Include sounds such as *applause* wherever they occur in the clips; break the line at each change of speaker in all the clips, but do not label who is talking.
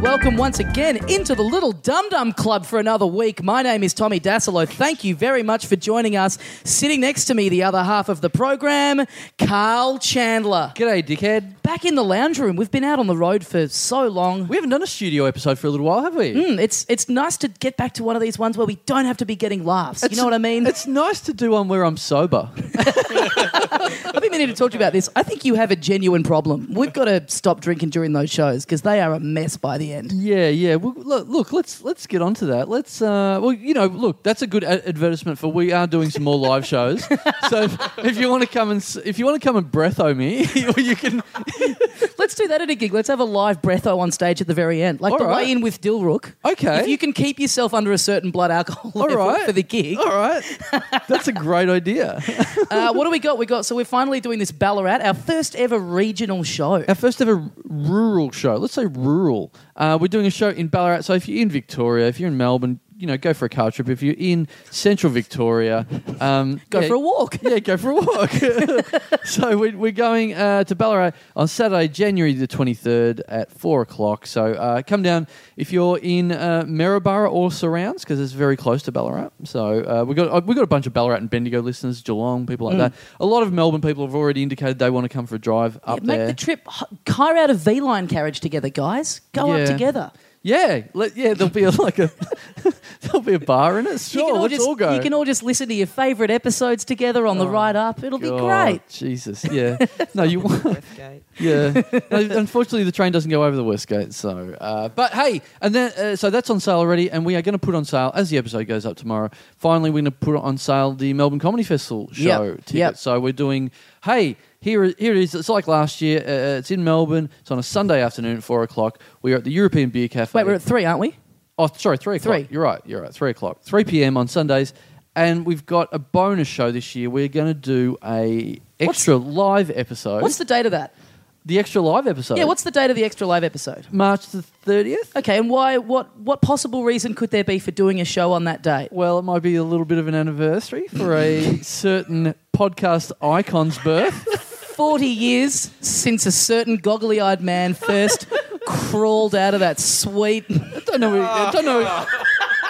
welcome once again into the Little Dum Dum Club for another week. My name is Tommy Dasilo. Thank you very much for joining us. Sitting next to me, the other half of the program, Carl Chandler.
G'day, dickhead.
Back in the lounge room. We've been out on the road for so long.
We haven't done a studio episode for a little while, have we?
Mm, It's it's nice to get back to one of these ones where we don't have to be getting laughs. You know what I mean?
It's nice to do one where I'm sober.
I've been meaning to talk to you about this. I think you have a genuine problem. We've got to stop drinking during those shows because they are a mess by the end.
yeah, yeah. Well, look, look, let's let's get onto that. Let's. Uh, well, you know, look, that's a good a- advertisement for we are doing some more live shows.
*laughs*
so if, if you want to come and s- if you want to come and breatho me, *laughs* you can.
Let's do that at a gig. Let's have a live breatho on stage at the very end, like
All
the
right.
way in with Dilrook.
Okay.
If you can keep yourself under a certain blood alcohol
All
level
right.
for the gig, *laughs*
All right, that's a great idea.
uh, what do we got? We got so we're finally doing this Ballarat, our first ever regional show.
Our first ever rural show. Let's say rural. Uh, we're doing a show in Ballarat. So if you're in Victoria, if you're in Melbourne, you know, go for a car trip. If you're in central Victoria, um,
Go
yeah,
for a walk.
yeah, go for a
*laughs*
walk. so we, we're going uh, to Ballarat on Saturday, January the 23rd at 4 o'clock. So uh, come down if you're in uh, Maryborough or surrounds because it's very close to Ballarat. So uh, we've got, uh, we got a bunch of Ballarat and Bendigo listeners, Geelong, people
Hmm.
like that. A lot of Melbourne people have already indicated they want to come for a drive *laughs* up
Make
there.
the trip, h- car out a V line carriage together, guys. Go
Yeah.
up together.
yeah, let, yeah, there'll be a, like a *laughs* there'll be a bar in it.
You
Sure,
can all
let's
just,
all go. Oh,
You can all just listen to your favourite episodes together on the ride up. It'll be
God,
great.
Jesus,
*laughs*
yeah. no, you want. *laughs* yeah. No, unfortunately, the train doesn't go over the Westgate. So, uh, but hey, and then uh, so that's on sale already, and we are going to put on sale as the episode goes up tomorrow. Finally, we're going to put on sale the Melbourne Comedy Festival show
Yep,
tickets.
yep.
So we're doing. Hey, here it- here it is. It's like last year. Uh, it's in Melbourne. It's on a Sunday afternoon at four o'clock. We are at the European Beer Cafe.
Wait, we're at three, aren't we?
Oh, sorry, three o'clock.
Three.
You're right. You're right. Three o'clock. Three p.m. on Sundays, and we've got a bonus show this year. We're going to do a extra live episode.
What's the date of that?
the extra live episode?
Yeah, what's the date of the extra live episode?
March the thirtieth?
Okay, and why? What? What possible reason could there be for doing a show on that date?
Well, it might be a little bit of an anniversary for *laughs* a certain podcast icon's birth.
Forty years since a certain goggly-eyed man
*laughs*
first crawled out of that sweet.
*laughs* I don't know. I don't know. *laughs*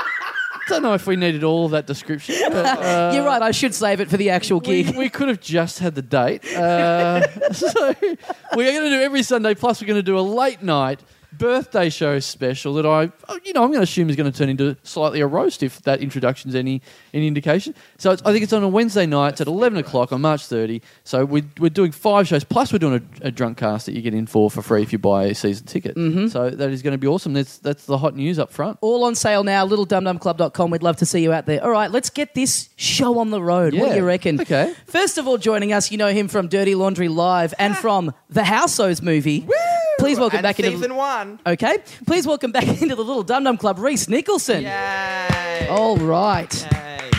Don't know if we needed all that description. But, *laughs* uh,
You're right. I should save it for the actual
we,
gig.
we could have just had the date. Uh, *laughs* so we are going to do every Sunday. Plus, we're going to do a late night birthday show special that I, oh, you know, I'm going to assume is going to turn into slightly a roast if that introduction's any any indication. So it's, I think it's on a Wednesday night it's at 11 o'clock on March 30. So we, we're doing five shows. Plus, we're doing a, a drunk cast that you get in for for free if you buy a season ticket.
Mm-hmm.
So that is going to be awesome. That's that's the hot news up front.
All on sale now. LittleDumDumClub.com. We'd love to see you out there. All right, let's get this show on the road. What do
Yeah,
you reckon?
okay.
First of all, joining us, you know him from Dirty Laundry Live and from the Houseos movie. Woo! Please welcome
and
back
season
into
one.
Okay. Please welcome back *laughs* into the Little Dum Dum Club, Reese Nicholson.
Yay!
All right.
Yay.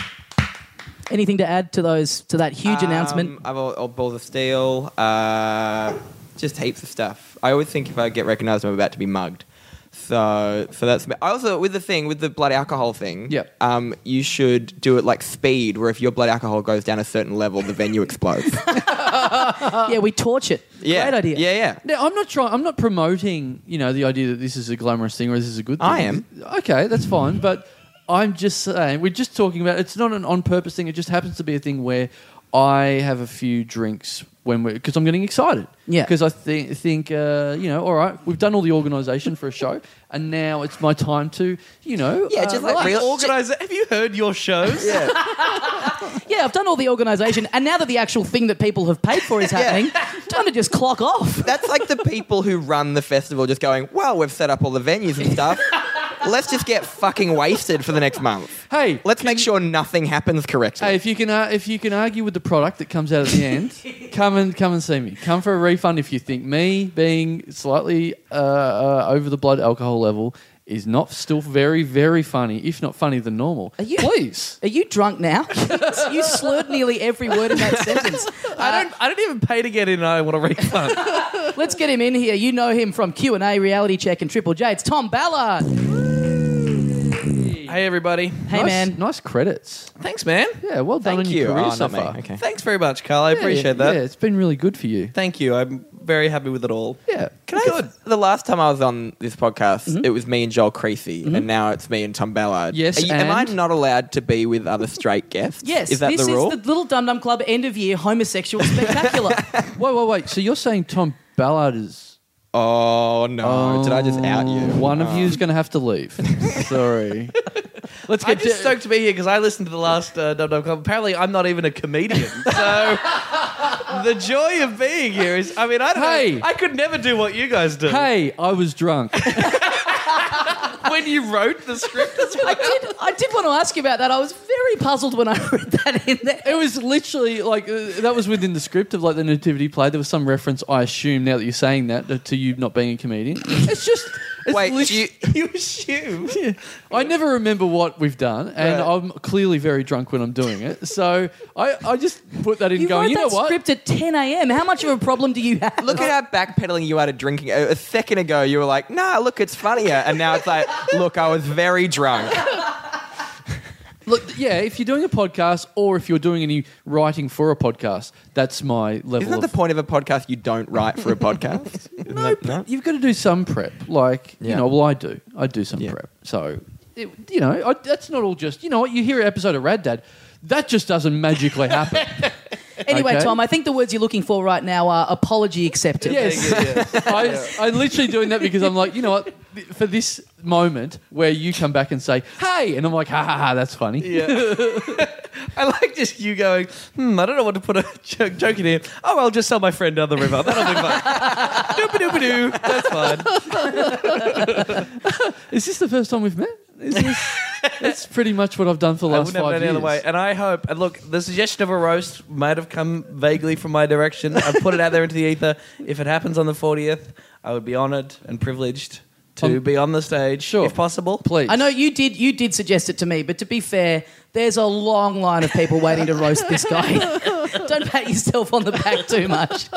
Anything to add to those to that huge announcement?
Um, I've all, all balls of steel. Uh, just heaps of stuff. I always think if I get recognised, I'm about to be mugged. So, so that's. I also with the thing with the blood alcohol thing.
Yep.
Um, you should do it like speed, where if your blood alcohol goes down a certain level, the
*laughs*
venue explodes.
yeah, we torch it.
uh, yeah.
Great idea.
Yeah, yeah.
Now, I'm not trying. I'm not promoting. You know, the idea that this is a glamorous thing or this is a good thing.
I am.
Okay, that's fine. But I'm just saying we're just talking about. It's not an on-purpose thing. It just happens to be a thing where I have a few drinks when we because I'm getting excited.
Yeah.
Because I think think uh, you know. All right, we've done all the organisation for a show, and now it's my time to you know.
Yeah,
uh,
just like
relax.
real-
Organize Have you heard your shows?
Yeah, I've done all the organisation, and now that the actual thing that people have paid for
*laughs*
is happening, time to just clock off.
That's like the people who run the festival just going, well, we've set up all the venues and stuff. Let's just get fucking wasted for the next month.
Hey,
Let's make sure nothing happens correctly.
Hey, if you can, uh, if you can argue with the product that comes out
*laughs*
at the end, come and come and see me. Come for a refund if you think me being slightly uh, uh, over the blood alcohol level is not still very, very funny, if not funny than normal.
you-
Please.
Are you drunk now? *laughs* you slurred nearly every word in
*laughs*
that sentence.
I don't. I don't even pay to get in. I want a refund.
*laughs*
Let's get him in here. You know him from Q and A, Reality Check, and Triple J. It's Tom Ballard.
hey, everybody.
Hey
nice,
man,
nice credits.
Thanks, man.
Yeah, well done
Thank
on your
you.
career
Oh,
so
not me.
far.
Okay.
Thanks very much, Carl. I
Yeah,
appreciate that.
Yeah, it's been really good for you.
Thank you. I'm
very happy with it all.
Yeah.
Can I? The last time I was on this podcast, it was me and Joel Creasy, and now it's me and Tom Ballard.
Yes,
Are you- am I
and?
not allowed to be with other straight guests?
Yes,
is that
this
the rule?
is the Little Dum Dum Club end of year homosexual
*laughs*
spectacular.
Wait, wait, wait. So you're saying Tom Ballard is
oh no! Did I just out you?
One of
Oh.
you is going to have to
*laughs*
leave. Sorry. Let's
I'm
get
just
to.
stoked to be here because I listened to the last uh, Dub Dub Club. Apparently, I'm not even
*laughs*
a comedian. So the joy of being here is, I mean, I don't
Hey.
know. I could never do what you guys do.
Hey, I was drunk.
When you wrote the script, as well.
I did. I did want to ask you about that. I was very puzzled when I read that in there.
It was literally like uh, that was within the script of like the nativity play. There was some reference, I assume, now that you're saying that uh, to you not being a comedian. It's just it's
Wait,
lit-
do you,
*laughs* you assume.
*laughs* Yeah. I never remember what we've done, and
Right.
I'm clearly very drunk when I'm doing it. So I, I just put that in,
You
going,
wrote
you know
that
what?
script at 10 a.m. How much of a problem do you have?
look at how backpedaling you are to drinking. A, a second ago, you were like, "Nah, look, it's funnier," and now it's like, "Look, I was very drunk."
Look, yeah, if you're doing a podcast or if you're doing any writing for a podcast, that's my level
Isn't that
of.
the point of a podcast? You don't write for a podcast. Isn't that- no.
You've got to do some prep. Like, you
Yeah.
know, well, I do. I do some
Yeah.
prep. So, it, you know, I, that's not all just, you know what, you hear an episode of Rad Dad, that just doesn't magically
*laughs*
happen.
Anyway,
Okay.
Tom, I think the words you're looking for right now are apology accepted.
yes. *laughs* I, I'm literally doing that because I'm like, you know what, th- for this moment where you come back and say, hey, and I'm like, ha ha ha, that's funny.
I like just you going, hmm, I don't know what to put a joke, joke in here. Oh, I'll just sell my friend down the river. That'll be
*laughs*
fine. Doop-a-doop-a-doo. That's fine.
Is this the first time we've met? Is
*laughs*
this, that's pretty much what I've done for the
I
last
wouldn't have
five
it any
years.
other way. And I hope, and look, the suggestion of a roast might have come vaguely from my direction. I put it out there into the ether. If it happens on the 40th, I would be honoured and privileged to
Um,
be on the stage,
sure.
if possible.
Please.
I know you did. You did suggest it to me, but to be fair, there's a long line of people waiting to roast this guy. *laughs* Don't pat yourself on the back too much.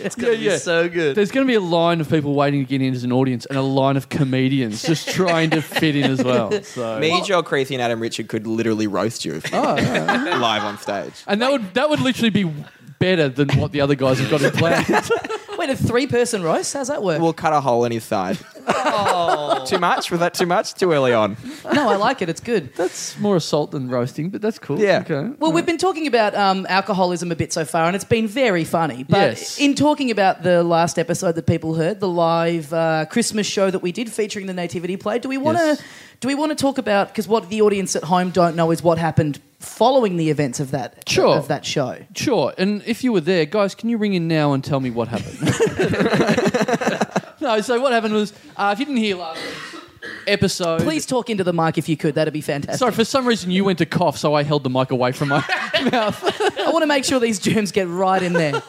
It's going to
yeah.
be so good.
There's going to be a line of people waiting to get in as an audience and a line of comedians just trying to fit in as
*laughs*
well. So.
Me, Joel Creasy, and Adam Richard could literally roast you if *laughs* live on stage.
And that would that would literally be better than what the other guys have got *laughs* in plan.
Wait, a three-person roast? How's that work?
We'll cut a hole in his side. Too much? Was that too much? Too early on.
no, I like it. It's good.
that's more assault than roasting, but that's cool.
Yeah.
Okay.
Well, we've been talking about um, alcoholism a bit so far, and it's been very funny. But
Yes.
in talking about the last episode that people heard, the live uh, Christmas show that we did featuring the Nativity play, do we want to
Yes.
do we want to talk about because what the audience at home don't know is what happened following the events of that
Sure.
of that show.
Sure. And if you were there, guys, can you ring in now and tell me what happened? no. So what happened was, uh, if you didn't hear last week's episode,
Please talk into the mic if you could. That'd be fantastic.
Sorry, for some reason you went to cough, so I held the mic away from my mouth.
I want to make sure these germs get right in there.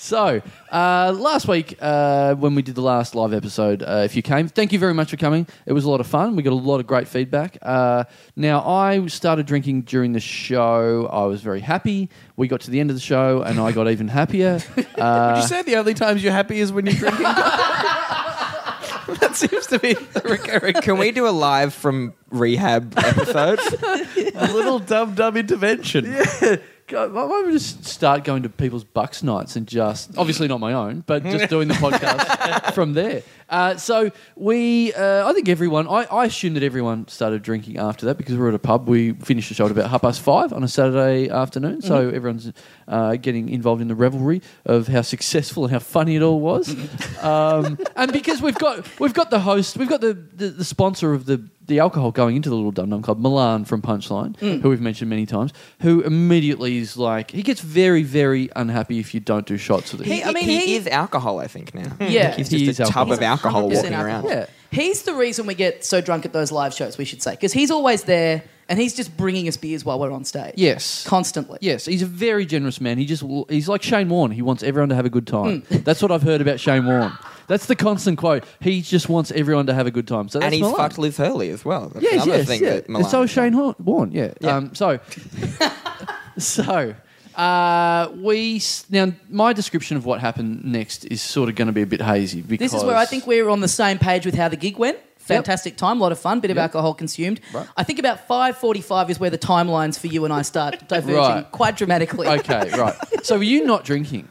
So, uh, last week, uh, when we did the last live episode, uh, if you came, thank you very much for coming. It was a lot of fun. We got a lot of great feedback. Uh, now, I started drinking during the show. I was very happy. We got to the end of the show, and I got even happier.
would you say the only times you're happy is when you're *laughs* drinking? that seems to be the recurring
Can we do a live from rehab episode?
little dum dum intervention.
God, why why don't we just start going to people's bucks nights and just obviously not my own, but just doing the podcast from there. Uh, so we, uh, I think everyone, I, I assume that everyone started drinking after that because we were at a pub. We finished the show at about half past five on a Saturday afternoon, so everyone's uh, getting involved in the revelry of how successful and how funny it all was. um, and because we've got we've got the host, we've got the the, the sponsor of the the alcohol going into the Little Dum Dum Club, Milan from Punchline,
Mm.
who we've mentioned many times, who immediately is like, he gets very, very unhappy if you don't do shots of this.
He- I mean, he-
is alcohol, I think, now.
Yeah.
He's
He
just
is
a tub
alcohol.
of alcohol
100%
walking around.
alcohol.
Yeah.
He's the reason we get so drunk at those live shows, we should say, because he's always there and he's just bringing us beers while we're on stage.
yes.
Constantly.
Yes, he's a very generous man. He just he's like Shane Warne. He wants everyone to have a good time.
Mm.
That's what I've heard about Shane Warne. That's the constant quote. He just wants everyone to have a good time. So that's
And he's
Milan.
fucked Liz Hurley as well. That's
Yes,
another
yes,
thing
yeah.
that
And
Milan
so
has
is Shane
done.
Horn- Warren, yeah.
Yeah.
Um, *laughs* so, so uh, we s- now my description of what happened next is sort of going to be a bit hazy because
This is where I think we're on the same page with how the gig went. Fantastic time, lot of fun, bit of
Yep.
alcohol consumed.
Right.
I think about 5.45 is where the
*laughs*
timelines for you and I start diverging
Right. *laughs*
quite dramatically.
okay, right. So were you not drinking?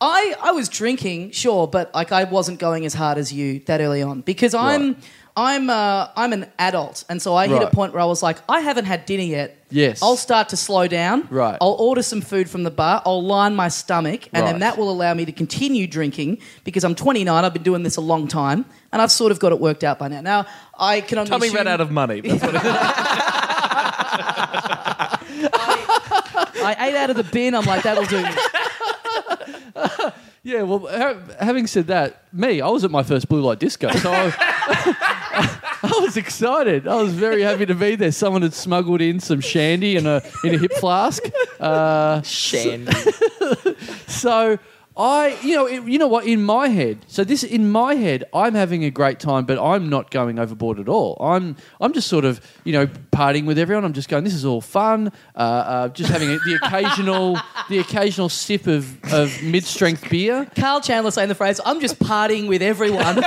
I, I was drinking, sure, but like I wasn't going as hard as you that early on because I'm
Right.
I'm uh, I'm an adult, and so I hit a
Right.
point where I was like, I haven't had dinner yet.
Yes.
I'll start to slow down.
Right.
I'll order some food from the bar. I'll line my stomach, and then
Right.
that will allow me to continue drinking because I'm 29. I've been doing this a long time, and I've sort of got it worked out by now. Now I can only
Tommy
assume-
ran out of money. That's what it
I ate out of the bin. I'm like, that'll do. me."
*laughs* Yeah, well, ha- having said that, me, I was at my first blue light disco, so I was, *laughs* I was excited. I was very happy to be there. Someone had smuggled in some shandy in a in a hip flask. Uh,
Shandy.
so I, you know, it, you know what? In my head, so this in my head, I'm having a great time, but I'm not going overboard at all. I'm, I'm just sort of, you know, partying with everyone. I'm just going. This is all fun. Uh, uh, just having a, the occasional, the occasional sip of of mid strength beer.
Carl Chandler saying the phrase, "I'm just partying with everyone." *laughs*
Do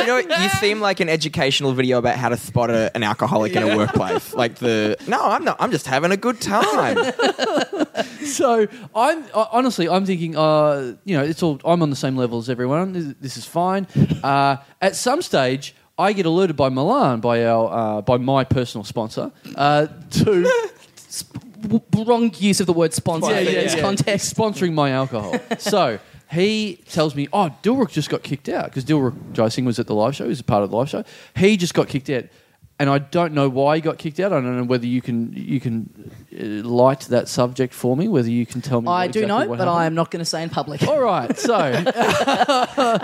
you know, what? you seem like an educational video about how to spot a, an alcoholic in a workplace. Like the no, I'm not. I'm just having a good time.
so I'm uh, honestly, I'm thinking, uh, you know, it's all. I'm on the same level as everyone. This, this is fine. Uh, at some stage, I get alerted by Milan, by our, uh, by my personal sponsor, uh, to
W- wrong use of the word sponsor
Yeah,
in
yeah,
this
yeah.
context.
sponsoring
*laughs*
my alcohol. so he tells me, "Oh, Dilrook just got kicked out because Dilrook Jai Singh was at the live show. He was a part of the live show. He just got kicked out, and I don't know why he got kicked out. I don't know whether you can you can uh, light that subject for me. Whether you can tell me.
I
what-
do
exactly
know,
what
but I
happened.
am not going to say in public.
All right, so
*laughs*
is. *laughs*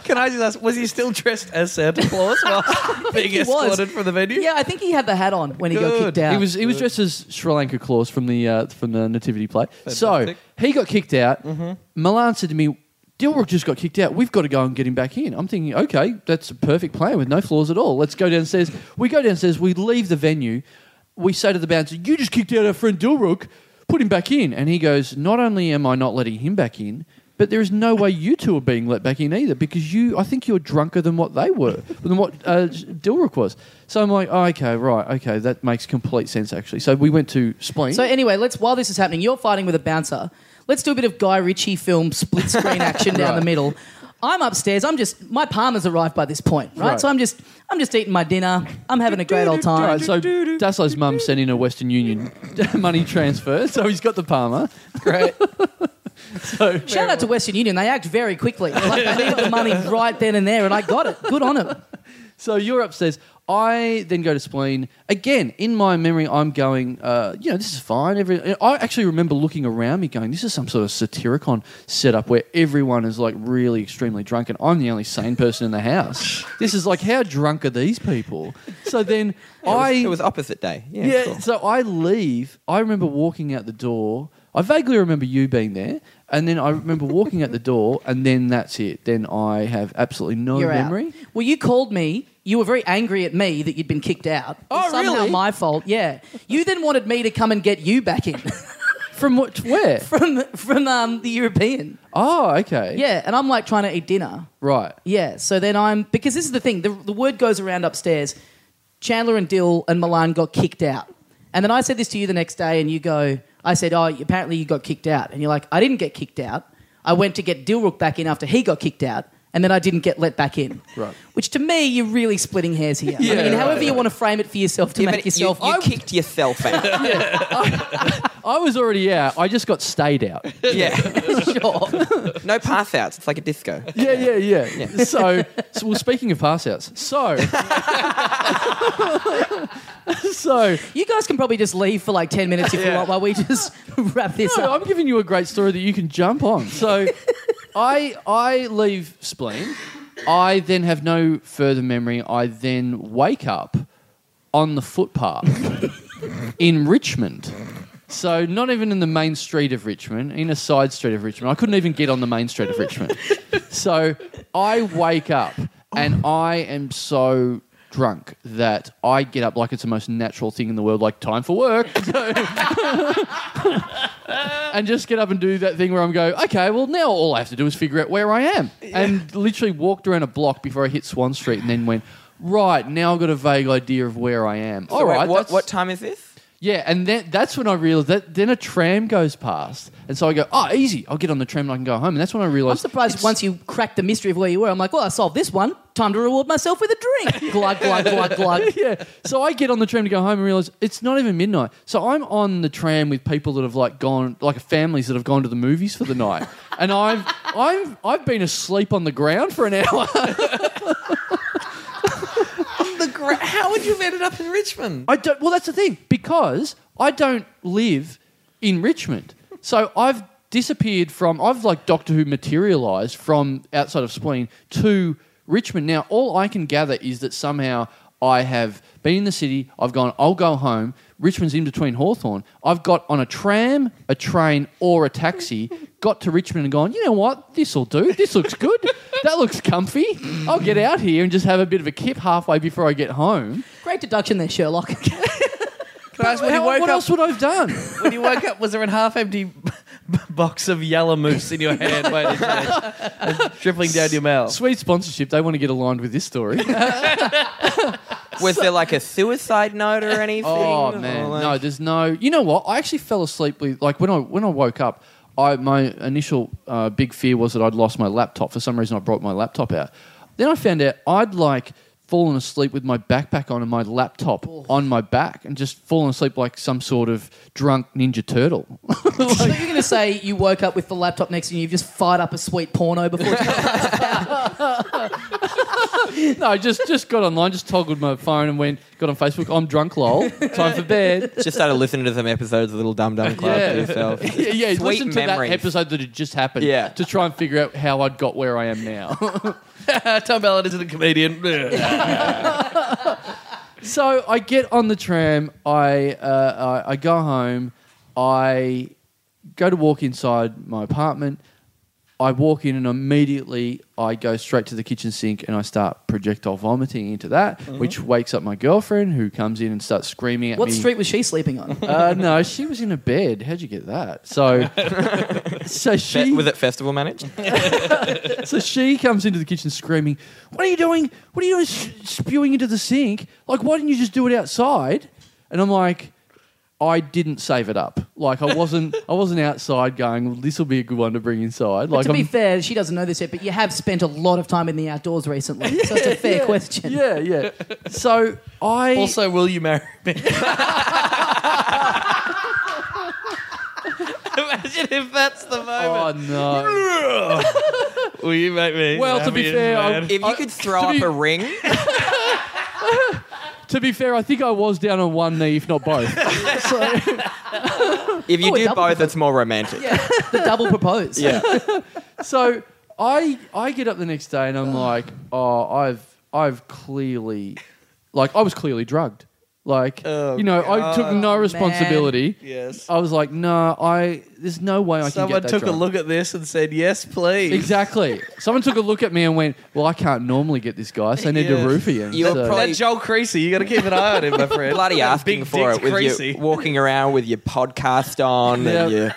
Can I just ask, was he still dressed as Santa Claus while
*laughs*
being
he was.
escorted from the venue?
Yeah, I think he had the hat on when he got
Good.
kicked out.
He was he was dressed as Sri Lanka Claus from the uh, from the nativity play.
Fantastic.
So he got kicked out. Milan said to me, Dilrook just got kicked out. We've got to go and get him back in. I'm thinking, okay, that's a perfect plan with no flaws at all. Let's go downstairs. We go downstairs. We leave the venue. We say to the bouncer, "You just kicked out our friend Dilrook. Put him back in." And he goes, "Not only am I not letting him back in." But there is no way you two are being let back in either because you, I think you're drunker than what they were, than what uh, Dilrook was. So I'm like, oh, okay, right, okay, that makes complete sense actually. So we went to Spleen.
So anyway, let's while this is happening, you're fighting with a bouncer. Let's do a bit of Guy Ritchie film split screen action down
Right.
the middle. I'm upstairs. I'm just my palmer's arrived by this point, right?
Right.
So I'm just I'm just eating my dinner. I'm having a great
*laughs*
old time.
Right, so Daslo's mum sent in a Western Union *laughs* money transfer, so he's got the Palmer.
Great.
So
Shout out to Western Union. They act very quickly. Like I needed the money right then and there, and I got it. Good on them.
So you're upstairs. I then go to spleen again. In my memory, I'm going. Uh, you know, this is fine. Every I actually remember looking around me, going, "This is some sort of satiricon setup where everyone is like really extremely drunk, and I'm the only sane person in the
*laughs*
house. This is like, how drunk are these people?" So then I
it was opposite day. Yeah.
yeah,
cool.
so I leave. I remember walking out the door. I vaguely remember you being there, and then I remember walking out the door, and then that's it. Then I have absolutely no
You're
memory.
out. Well, you called me. You were very angry at me that you'd been kicked out.
Oh,
It's somehow
really?
my fault. Yeah. You then wanted me to come and get you back in *laughs*
From what? Where?
from from um, the European.
Oh, okay.
Yeah, and I'm like trying to eat dinner.
Right.
Yeah. So then I'm because this is the thing. The, the word goes around upstairs. Chandler and Dill and Milan got kicked out, and then I said this to you the next day, and you go, "I said, oh, apparently you got kicked out," and you're like, "I didn't get kicked out. I went to get Dilrook back in after he got kicked out." And then I didn't get let back in.
Right.
Which to me, you're really splitting hairs here. I
Yeah,
mean, however
right.
you want to frame it for yourself to
Yeah,
make
but
yourself.
you, you kicked yourself
*laughs*
out.
I was already out. I just got stayed out.
yeah.
sure.
*laughs* No pass outs. It's like a disco.
Yeah, yeah, yeah. So, so, well, speaking of pass outs, so, *laughs* so.
You guys can probably just leave for like 10 minutes if you
Yeah.
want while we just *laughs* wrap this
No,
up.
I'm giving you a great story that you can jump on.
*laughs*
So, I I leave spleen. I then have no further memory. I then wake up on the
*laughs*
footpath in Richmond. So not even in the main street of Richmond, in a side street of Richmond. I couldn't even get on the main street of
*laughs*
Richmond. So I wake up and I am so drunk that I get up like it's the most natural thing in the world, like time for work. *laughs* So- and just get up and do that thing where I'm go, okay, well now all I have to do is figure out where I am, and literally walked around a block before I hit Swan Street, and then went right now I've got a vague idea of where I am.
So
all
wait,
right,
what,
that's-
what time is this?
Yeah, and then that's when I realized that then a tram goes past, and so I go, "Oh, easy! I'll get on the tram and I can go home." And that's when I
I'm
realized.
surprised once you cracked the mystery of where you were. I'm like, well, I solved this one. Time to reward myself with a drink. glug, glug, glug, *laughs* glug.
yeah. *laughs* So I get on the tram to go home and realize it's not even midnight. So I'm on the tram with people that have like gone, like families that have gone to the movies for
*laughs*
the night, and I've I've I've been asleep on the ground for an hour.
The gra- How would you have ended up in Richmond?
I don't. Well, that's the thing because I don't live in Richmond, so I've disappeared from. I've like Doctor Who materialized from outside of Spleen to Richmond. Now all I can gather is that somehow I have been in the city. I've gone. I'll go home. Richmond's in between Hawthorn. I've got on a tram, a train, or a taxi. Got to Richmond and gone. You know what? This will do. This looks good. That looks comfy. I'll get out here and just have a bit of a kip halfway before I get home.
Great deduction there, Sherlock. *laughs*
Can I ask when you
How-
woke
what
up?
else would I have done?
When you woke up, was there a half-empty b- *laughs* box of yellow moose in your hand, waiting for
*laughs*
you, dribbling down your
*laughs*
mouth?
Sweet sponsorship. They want to get aligned with this story.
*laughs* Was there like a suicide note
*laughs*
or anything?
*laughs* oh
Or,
man,
like-
no. There's no. You know what? I actually fell asleep with like when I when I woke up. I my initial uh, big fear was that I'd lost my laptop. For some reason, I brought my laptop out. Then I found out I'd like fallen asleep with my backpack on and my laptop on my back and just fallen asleep like some sort of drunk ninja turtle. *laughs*
so you're going to say you woke up with the laptop next to you, you've just fired up a sweet porno before you
no, I just just got online, just toggled my phone and went got on Facebook. I'm drunk, lol. Time for bed.
*laughs* Just started listening to some episodes of Little Dum Dum Club *laughs*
Yeah.
to
*laughs*
yourself.
yeah, yeah
Sweet
listen to
memories.
that episode that had just happened
Yeah.
to try and figure out how I'd got where I am
*laughs*
now.
Tom Ballard isn't a
*laughs*
comedian.
so I get on the tram, I, uh, I, I go home, I go to walk inside my apartment. I walk in and immediately I go straight to the kitchen sink and I start projectile vomiting into that,
Mm-hmm.
which wakes up my girlfriend who comes in and starts screaming at
What
me.
street was she sleeping on?
Uh, no, she was in a bed. How'd you get that? So,
*laughs*
so she
Fe- was it festival managed?
So she comes into the kitchen screaming, "What are you doing? What are you doing? s- Spewing into the sink? Like, why didn't you just do it outside?" And I'm like, "I didn't save it up. Like, I wasn't. *laughs* I wasn't outside going. Well, this will be a good one to bring inside. Like,
to be
I'm-
fair, she doesn't know this yet, but you have spent a lot of time in the outdoors recently, so it's a fair question.
*laughs* yeah, yeah. So I
also, will you marry me? Imagine if that's the
Oh
moment.
no!
Will you marry me?
Well, to be
Happy
fair,
and
I'm-
mad.
If you
I-
could throw
to
up
be-
a ring,
to be fair, I think I was down on one knee, if not both.
if you
Oh, a
do
double
both, it's more romantic. Yeah.
The double propose.
so I I get up the next day and I'm like, oh, I've I've clearly, like, I was clearly drugged. Like,
Oh,
you know, I took no responsibility.
yes.
I was like, no, I. There's no way I
Someone
can get that
took a
drunk."
look at this and said, "Yes, please."
Exactly. Someone took a look at me and went, "Well, I can't normally get this guy, so I need
Yeah.
to roofie him."
You're
So-
probably-
That Joel Creasy, you got to keep an eye on him, my friend.
Bloody asking
*laughs* Big
for
dick's
it with
Creasy.
you walking around with your podcast on and
Yeah.
you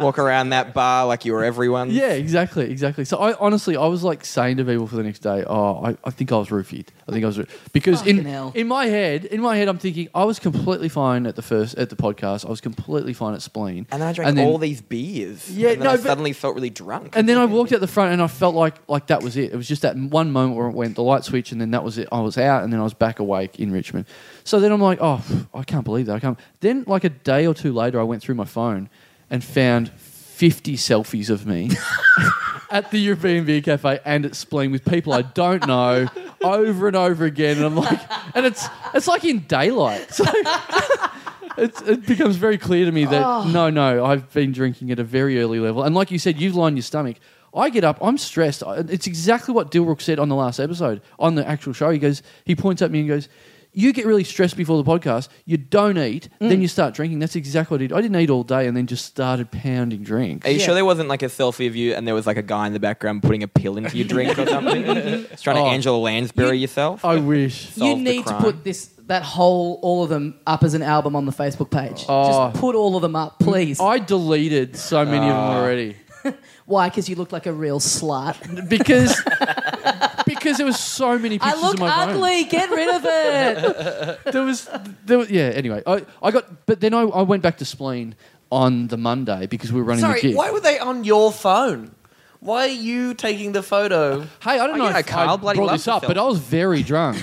walk around that bar like you were everyone.
yeah, exactly, exactly. So I honestly, I was like saying to people for the next day, "Oh, I, I think I was roofied. I think I was roo-" because in
Fucking hell.
in my head, in my head, I'm thinking I was completely fine at the first at the podcast. I was completely fine at spleen,
And then I drank all these beers.
Yeah,
and then
no,
I
but-
suddenly felt really drunk.
And then I walked out the front, and I felt like like that was it. It was just that one moment where it went the light switch, and then that was it. I was out, and then I was back awake in Richmond. So then I'm like, oh, I can't believe that. I can't. Then like a day or two later, I went through my phone and found 50 selfies of me at the European Beer Cafe and at Spleen with people I don't know over and over again, and I'm like, and it's it's like in daylight. So it's, it becomes very clear to me that
Oh.
no, no, I've been drinking at a very early level. And like you said, you've lined your stomach. I get up, I'm stressed. I- It's exactly what Dilrook said on the last episode, on the actual show. He goes, he points at me and goes, You get really stressed before the podcast. You don't eat,
Mm.
then you start drinking. That's exactly what I did. I didn't eat all day and then just started pounding drinks.
Are you
Yeah.
sure there wasn't like a selfie of you and there was like a guy in the background putting a pill into your drink or something? Just trying
Oh.
to Angela Lansbury
You-
yourself?
I wish.
You
Solve the
need to
crime.
put this that whole all of them up as an album on the Facebook page.
Oh.
Just put all of them up, please.
I deleted so many of them already.
Why? Because you look like a real slut.
because because *laughs* because there was so many
I
pictures
look
of my phone.
ugly. Get rid of
*laughs*
it.
there was, there was, yeah. Anyway, I, I got, but then I, I went back to spleen on the Monday because we were running
Sorry,
the gig.
why were they on your phone? Why are you taking the photo?
Hey, I don't
Oh,
know
yeah,
if
Kyle,
I
bloody
brought
love
this up,
yourself.
but I was very drunk.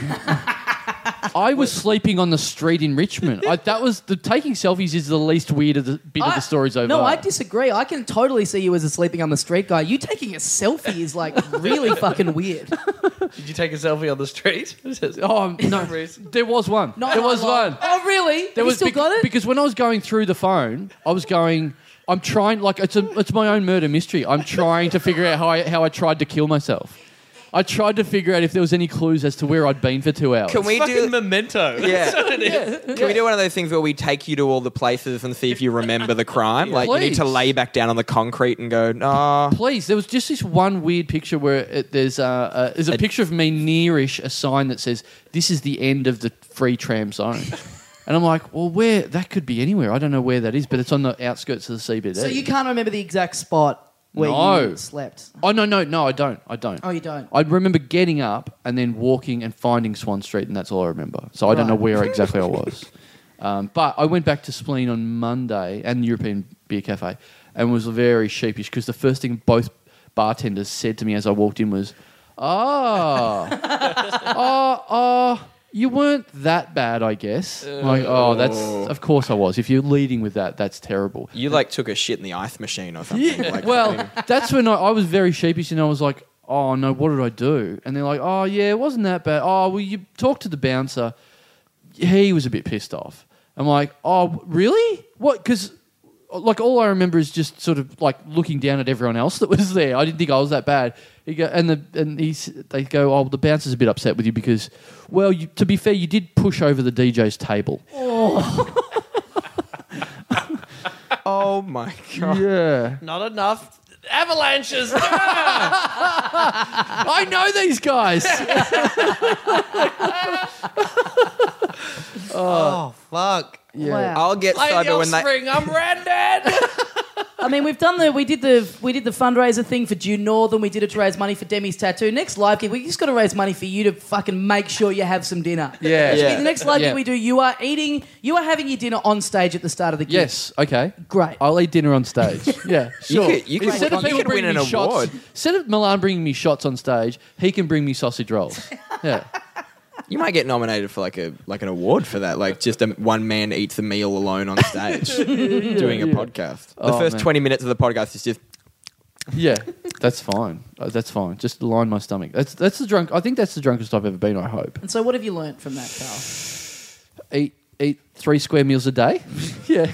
I was sleeping on the street in Richmond. I, that was the taking selfies is the least weird of the bit of
I-
the stories over.
No, I disagree. I can totally see you as a sleeping on the street guy. You taking a selfie is like
*laughs*
really fucking weird.
Did you take a selfie on the *laughs* street?
Oh no, there was one.
Not
there was
online.
one.
Oh really?
There
Have
was
you still
bec-
got it?
because when I was going through the phone, I was going. I'm trying like it's a, it's my own murder mystery. I'm trying to figure out how I, how I tried to kill myself. I tried to figure out if there was any clues as to where I'd been for two hours.
Can we
fucking
do?
memento.
*laughs* Yeah. Can we do one of those things where we take you to all the places and see if you remember the crime? Like you need to
Please.
lay back down on the concrete and go, nah.
Please, there was just this one weird picture where it, there's uh, uh, there's a picture of me nearish a sign that says this is the end of the free tram zone, and I'm like, well, where that could be anywhere. I don't know where that is, but it's on the outskirts of the CBD.
so you can't remember the exact spot where
No.
you slept.
Oh no no no! I don't. I don't.
Oh, you don't?
I remember getting up and then walking and finding Swan Street, and that's all I remember. So I don't know
Right.
where exactly I was. Um, but I went back to Spleen on Monday and the European Beer Cafe, and was very sheepish because the first thing both bartenders said to me as I walked in was, "Oh, oh, oh." You weren't that bad, I guess. I'm Like, oh, that's of course I was. If you're leading with that, that's terrible.
You like took a shit in the ice machine or something. Like,
*laughs* Well, that's when I, I was very sheepish and I was like, oh no, what did I do? And they're like, oh yeah, it wasn't that bad. Oh, well, you talked to the bouncer. He was a bit pissed off. I'm like, oh, really? What? Because, like, all I remember is just sort of like looking down at everyone else that was there. I didn't think I was that bad. He go, and the and he, s- they go, oh, the bouncer's a bit upset with you because, well, you, to be fair, you did push over the DJ's table.
oh my god.
Yeah.
Not enough avalanches.
*laughs* I know these guys.
*laughs* oh fuck!
Wow.
I'll get cyber when they.
I'm Brandon.
I mean, we've done the we did the we did the fundraiser thing for Due Northern. We did it to raise money for Demi's tattoo. Next live gig, we just got to raise money for you to fucking make sure you have some dinner.
Yeah.
Should be
Yeah.
The next live
Yeah.
gig we do, you are eating, you are having your dinner on stage at the start of the gig.
Yes. Okay.
Great.
I'll eat dinner on
*laughs*
stage. yeah. Sure.
could- you could-
instead of
you
people
could
bringing
win
me
an
shots,
award.
instead of Milan bringing me shots on stage, he can bring me sausage
*laughs*
rolls. Yeah.
You might get nominated for like a like an award for that. Like just a, one man eats a meal alone on
*laughs*
stage doing a podcast. The
Oh,
first
man.
twenty minutes of the podcast is just
Yeah. That's fine. Uh, That's fine. Just line my stomach. That's that's the drunk. I think that's the drunkest I've ever been. I hope.
And so, what have you learnt from that, Carl?
Eat eat three square meals a day. *laughs* yeah.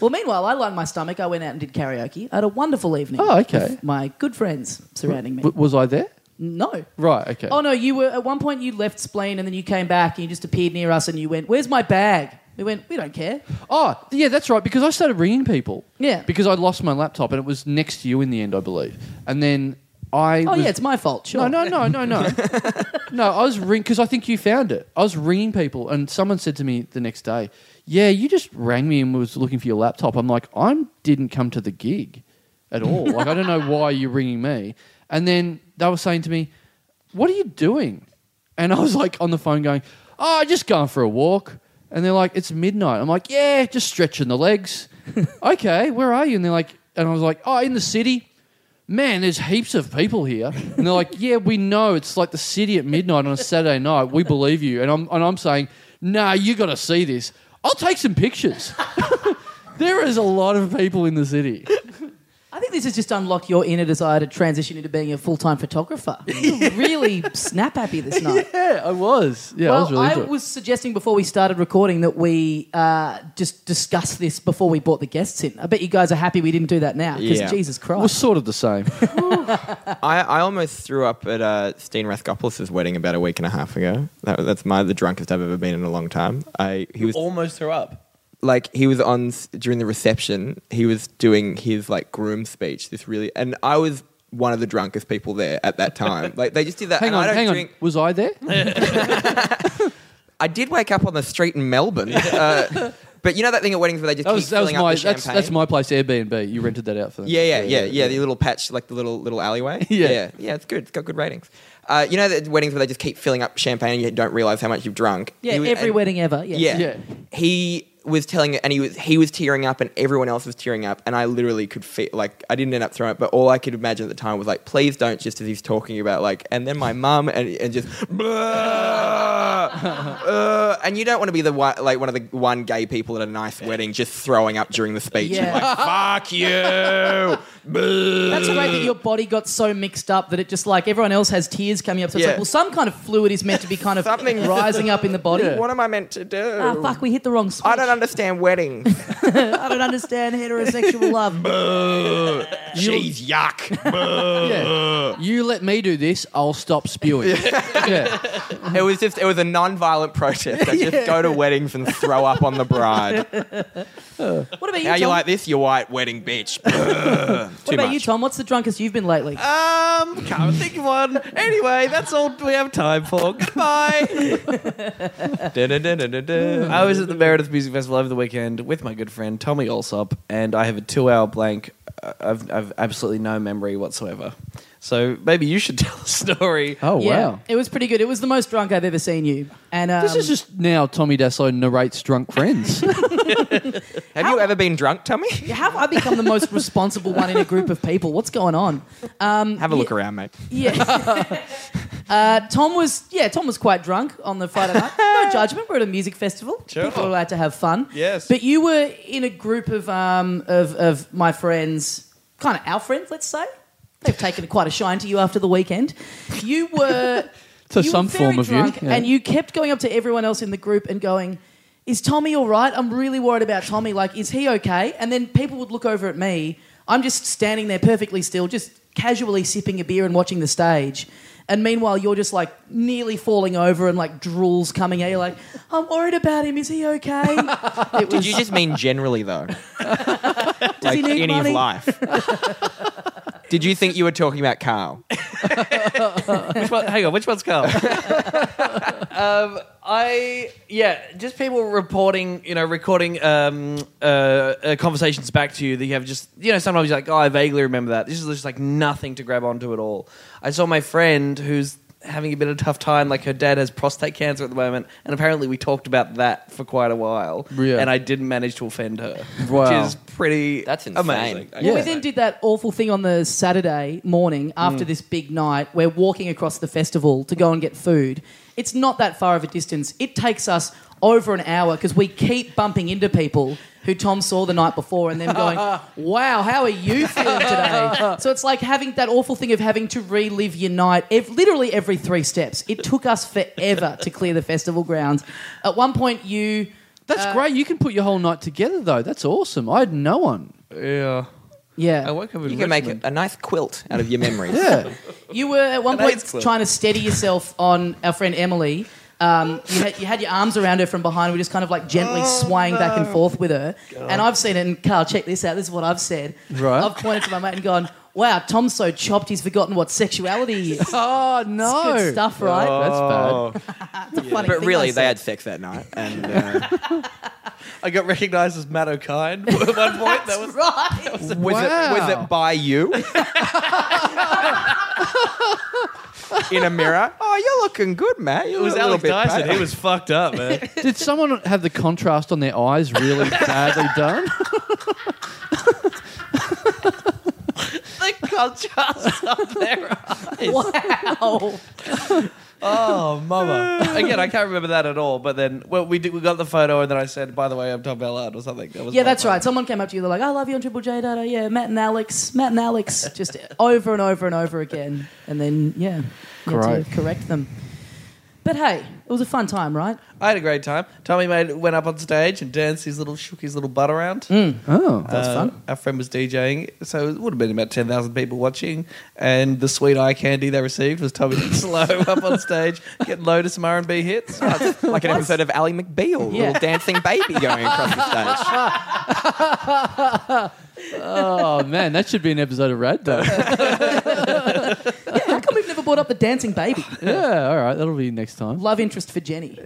Well, meanwhile, I lined my stomach. I went out and did karaoke. I had a wonderful evening.
Oh, okay.
with my good friends surrounding me.
W- was I there?
No.
Right. Okay.
Oh no, you were at one point you left Spleen and then you came back and you just appeared near us and you went, "Where's my bag?" We went, "We don't care."
Oh, yeah, that's right. Because I started ringing people.
Yeah.
Because I lost my laptop, and it was next to you in the end, I believe. And then I.
Oh
was-
yeah, it's my fault. Sure.
No, no, no, no, no. no, I was ring because I think you found it. I was ringing people, and someone said to me the next day, "Yeah, you just rang me and was looking for your laptop." I'm like, I didn't come to the gig at all. like, I don't know why you're ringing me. And then they were saying to me, "What are you doing?" And I was like on the phone going, "Oh, just going for a walk." And they're like, "It's midnight." I'm like, "Yeah, just stretching the legs." okay, where are you? And they're like, and I was like, "Oh, in the city." man, there's heaps of people here. And they're like, yeah, we know. It's like the city at midnight on a Saturday night. We believe you. And I'm, and I'm saying, nah, you got to see this. I'll take some pictures. *laughs* there is a lot of people in the city.
I think this has just unlocked your inner desire to transition into being a full time
*laughs*
photographer. You're really snap happy this night.
Yeah, I was. Yeah, I
well,
was really
I
into it.
was suggesting before we started recording that we uh, just discuss this before we brought the guests in. I bet you guys are happy we didn't do that now because
Yeah.
Jesus
It was
Christ.
sort of the
*laughs*
same.
I, I almost threw up at uh, Steen Rathkopoulos's wedding about a week and a half ago. That, that's my the drunkest I've ever been in a long time. I he was
*laughs* Almost threw up.
like he was on s- during the reception. He was doing his like groom speech. This really and I was one of the drunkest people there at that
*laughs*
time. like they just did that.
hang
and I
on,
don't
hang
drink-
on. Was I
*laughs*
there?
I did wake up on the street in Melbourne. Uh, but you know that thing at weddings where they just
That
keep
was, that was
filling up
my,
the
that's,
champagne.
that's my place, Airbnb. You rented that out for them.
Yeah, yeah, yeah, yeah. The little patch, like the little little alleyway.
*laughs* Yeah.
yeah, yeah, It's good. It's got good ratings. Uh, you know the weddings where they just keep filling up champagne and you don't realize how much you've drunk.
Yeah,
He was-
every
and-
wedding ever. Yes.
Yeah.
Yeah.
He was telling and he was he was tearing up and everyone else was tearing up and I literally could feel like I didn't end up throwing up but all I could imagine at the time was like please don't just as he's talking about like and then my mum and, and just uh, and you don't want to be the one, like one of the one gay people at a nice wedding just throwing up during the speech
Yeah.
like fuck you Blah.
That's great that your body got so mixed up that it just like everyone else has tears coming up. So it's
Yeah.
like, well, some kind of fluid is meant to be kind of
Something-
rising up in the body.
Yeah.
Ah,
what am I meant to do
fuck, we hit the wrong switch.
I don't understand weddings
I don't understand heterosexual love.
she's yuck
Yeah. You let me do this, I'll stop
*laughs*
spewing. yeah.
It was just it was a non-violent
*laughs*
protest. I just go to weddings and throw up on the bride.
What about *laughs* you,
How
Tom?
you like this, you white wedding
*laughs*
bitch?
what about you, Tom? What's the drunkest you've been lately?
Um, can't think of one. Anyway, that's all we have time for. Goodbye. *laughs* I was at the Meredith Music Festival over the weekend with my good friend Tommy Alsop, and I have a two-hour blank. Uh, I've, I've absolutely no memory whatsoever. So maybe you should *laughs* tell a story.
Oh,
yeah,
wow.
it was pretty good. It was the most drunk I've ever seen you. And um,
This is just now Tommy Daslow narrates Drunk Friends.
Have you ever been drunk, Tommy?
how have I become the most responsible one in a group of people? What's going on?
*laughs* Have a look around, mate.
Yeah. *laughs* uh, Tom was yeah, Tom was quite drunk on the Friday night. No judgment. We're at a music festival. People are allowed to have fun.
Yes.
But you were in a group of um, of, of my friends, kind of our friends, let's say. They've taken quite a shine to you after the weekend. You were
So
you were
some
very
form of you,
drunk,
yeah.
and you kept going up to everyone else in the group and going. Is Tommy all right? I'm really worried about Tommy. Like, is he okay? And then people would look over at me. I'm just standing there perfectly still, just casually sipping a beer and watching the stage. And meanwhile, you're just like nearly falling over and like drools coming out. You're like, I'm worried about him. Is he okay? It
Did
was,
you just mean generally though?
*laughs* does he
like
need
in
money? *laughs*
his life. Did you think you were talking about Carl?
Which one, hang on, which one's Carl? *laughs* um, I yeah, just people reporting, you know, recording um, uh, uh, conversations back to you that you have just, you know, sometimes you're like, oh, I vaguely remember that. This is just like nothing to grab onto at all. I saw my friend who's having a bit of a tough time, like her dad has prostate cancer at the moment, and apparently we talked about that for quite a while,
Yeah.
and I didn't manage to offend her,
Wow.
which is pretty
That's insane.
amazing.
Well,
Well, we
Yeah.
then did that awful thing on the Saturday morning after
Mm.
this big night. We're walking across the festival to go and get food. It's not that far of a distance. It takes us over an hour because we keep bumping into people who Tom saw the night before and then
*laughs*
going, wow, how are you feeling today? so it's like having that awful thing of having to relive your night ev- literally every three steps. It took us forever to clear the festival grounds. At one point, you.
That's
Uh,
great. You can put your whole night together, though. That's awesome. I had no one.
Yeah,
Yeah.
I woke up in
You can make
Richmond.
a nice quilt out of your memories.
Yeah.
You were at one
An
point
AIDS club.
trying to steady yourself on our friend Emily. Um, you, had, you had your arms around her from behind. We were just kind of like gently swaying back and forth with her. And I've seen it. And Carl, check this out. This is what I've said.
Right.
I've pointed to my mate and gone, "Wow, Tom's so chopped. He's forgotten what sexuality is."
*laughs* oh, no.
Good stuff, right?
Oh, That's bad.
That's a funny
But
thing I
really,
said.
they had sex that night,
*laughs*
and uh,
I got recognised as Matt O'Kine *laughs* at one point.
*laughs*
That
*laughs*
was
right.
was,
Wow.
it, was it
*laughs*
by you? In a mirror. Oh, you're looking good, Matt. You
It was
look a little bit
Alex Dyson.
pale.
He was fucked up, *laughs* man.
Did someone have the contrast on their eyes
*laughs*
really badly done?
Oh.
the contrast up there.
wow.
*laughs* Oh, mama. Again, I can't remember that at all. But then, well, we did, we got the photo, and then I said, "By the way, I'm Tom Ballard" or something. That was
Yeah,
my
that's
photo.
right. Someone came up to you. They're like, "I love you on Triple J." Da, da, yeah, Matt and Alex. Matt and Alex. Just over and over and over again. And then yeah, you had
Great.
to correct them. But hey, it was a fun time, right?
I had a great time. Tommy made went up on stage and danced his little shook his little butt around.
Oh.
Mm, That's
Uh,
fun.
Our friend was DJing, so it would have been about 10,000 people watching. And the sweet eye candy they received was Tommy *laughs* Slow up on stage, getting loaded some R&B hits. *laughs*
like an episode of Ally McBeal,
Yeah.
little dancing baby going across the stage. *laughs*
oh, man. That should be an episode of Rad, though.
How come we've never brought up the dancing baby.
Yeah, all right, that'll be next time.
Love interest for Jenny.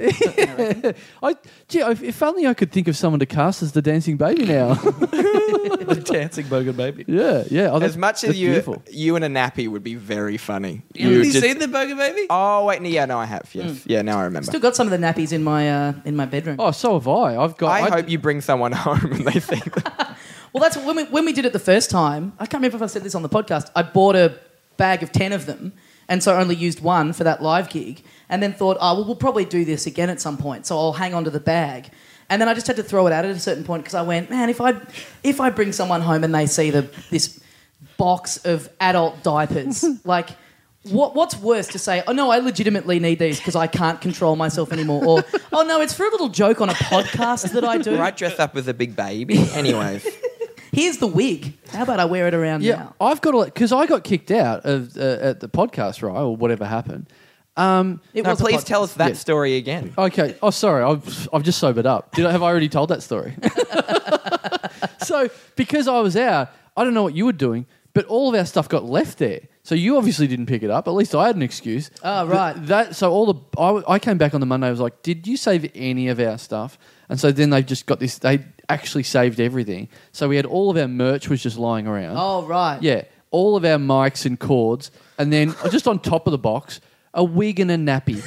I, gee, if, if only I could think of someone to cast as the dancing baby now. *laughs*
the dancing bogan baby.
yeah, yeah. Oh, that's-
As much as
that's
you,
beautiful.
you and a nappy would be very funny.
Have
would
you
just-
seen the bogan baby?
Oh wait, no, yeah, no, I have. Yes, yeah, now I remember.
Still got some of the nappies in my uh, in my bedroom.
Oh, so have I. I've got.
I, hope you bring someone *laughs* home and they think
Well, that's when we, when we did it the first time. I can't remember if I said this on the podcast. I bought a bag of 10 of them, and so I only used one for that live gig, and then thought, oh, well, we'll probably do this again at some point, so I'll hang on to the bag. And then I just had to throw it out at a certain point because I went, man, if I, if I bring someone home and they see the, this box of adult diapers, like, what, what's worse to say, oh, no, I legitimately need these because I can't control myself anymore? Or, oh, no, it's for a little joke on a podcast that I do.
right dressed up as a big baby. *laughs* Anyways,
Here's the wig. How about I wear it around
Yeah,
now?
I've got to because I got kicked out of uh, at the podcast, right, or whatever happened. Um,
It
now
was a
please
podcast.
tell us that
Yeah.
story again.
okay. Oh, sorry. I've, I've just sobered up. Did I have I already told that story? *laughs* so because I was out, I don't know what you were doing, but all of our stuff got left there. So you obviously didn't pick it up. At least I had an excuse.
Oh,
Th-
right.
that so all the I, I came back on the Monday. I was like, did you save any of our stuff? And so then they just got this. They actually saved everything. So we had all of our merch was just lying around.
Oh right.
Yeah, all of our mics and cords, and then just on top of the box, a wig and a nappy.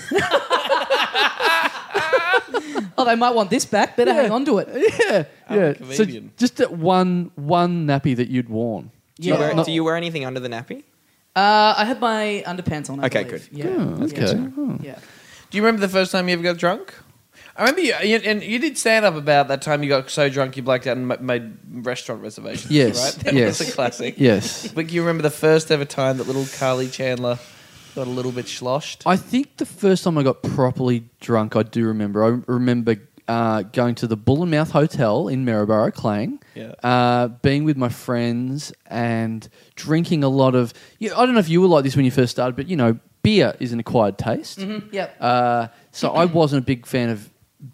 Oh, they might want this back. Better hang on to it.
*laughs* yeah, yeah. So
comedian.
just that one one nappy that you'd worn.
Do you,
Yeah.
wear,
Not-
do you wear anything under the nappy?
Uh, I had my underpants on. I
Okay,
believe.
good.
Yeah.
Oh, that's
yeah.
good.
Yeah.
Do you remember the first time you ever got drunk? I remember you, you and you did stand up about that time you got so drunk you blacked out and ma- made restaurant reservations.
Yes,
right? *laughs* That
yes.
was a classic.
Yes,
But you remember the first ever time that little Carly Chandler got a little bit sloshed?
*laughs* I think the first time I got properly drunk, I do remember. I remember. Uh, going to the Bull and Mouth Hotel in Maryborough, Clang,
Yeah.
uh, being with my friends and drinking a lot of. You I don't know if you were like this when you first started, but you know, beer is an acquired taste.
Mm-hmm.
Yep.
Uh, so I wasn't a big fan of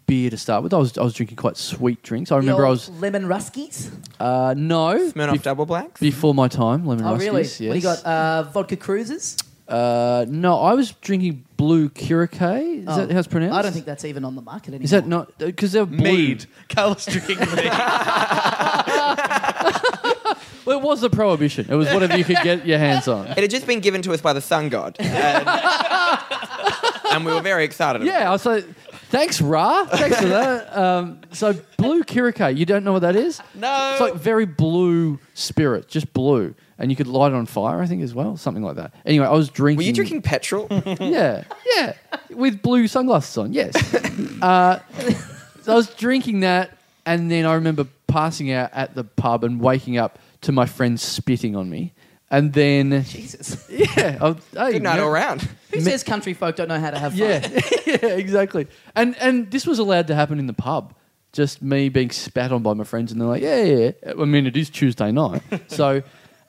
beer to start with. I was I was drinking quite sweet drinks. I remember
The
I
old
was
lemon ruskies.
uh, no
Smirnoff
bef-
double blacks.
before my time lemon
Oh
ruskies.
really?
Yes.
What do you got? Uh, vodka cruises.
Uh, no, I was drinking blue curacao. Is
Oh.
that how it's pronounced?
I don't think that's even on the market anymore.
Is that not because they're blue.
Mead. Carla's drinking
*laughs*
mead.
Well, it was the prohibition. It was whatever you could get your
*laughs*
hands on.
It had just been given to us by the sun god, and, and we were very excited. about it.
Yeah, I was like, thanks, Ra. Thanks for that. Um, so, blue curacao, you don't know what that is?
No.
It's like very blue spirit, just blue. And you could light it on fire, I think, as well, something like that. Anyway, I was drinking.
Were you drinking petrol?
*laughs* Yeah, yeah. With blue sunglasses on, yes. Uh, so I was drinking that, and then I remember passing out at the pub and waking up to my friends spitting on me. And then, *laughs*
Jesus.
yeah. I, hey,
Good night
no-
all round.
Who says country folk don't know how to have fun?
yeah, *laughs* yeah, exactly. And and this was allowed to happen in the pub. Just me being spat on by my friends, and they're like, "Yeah, yeah." yeah." I mean, it is
*laughs*
Tuesday night, so.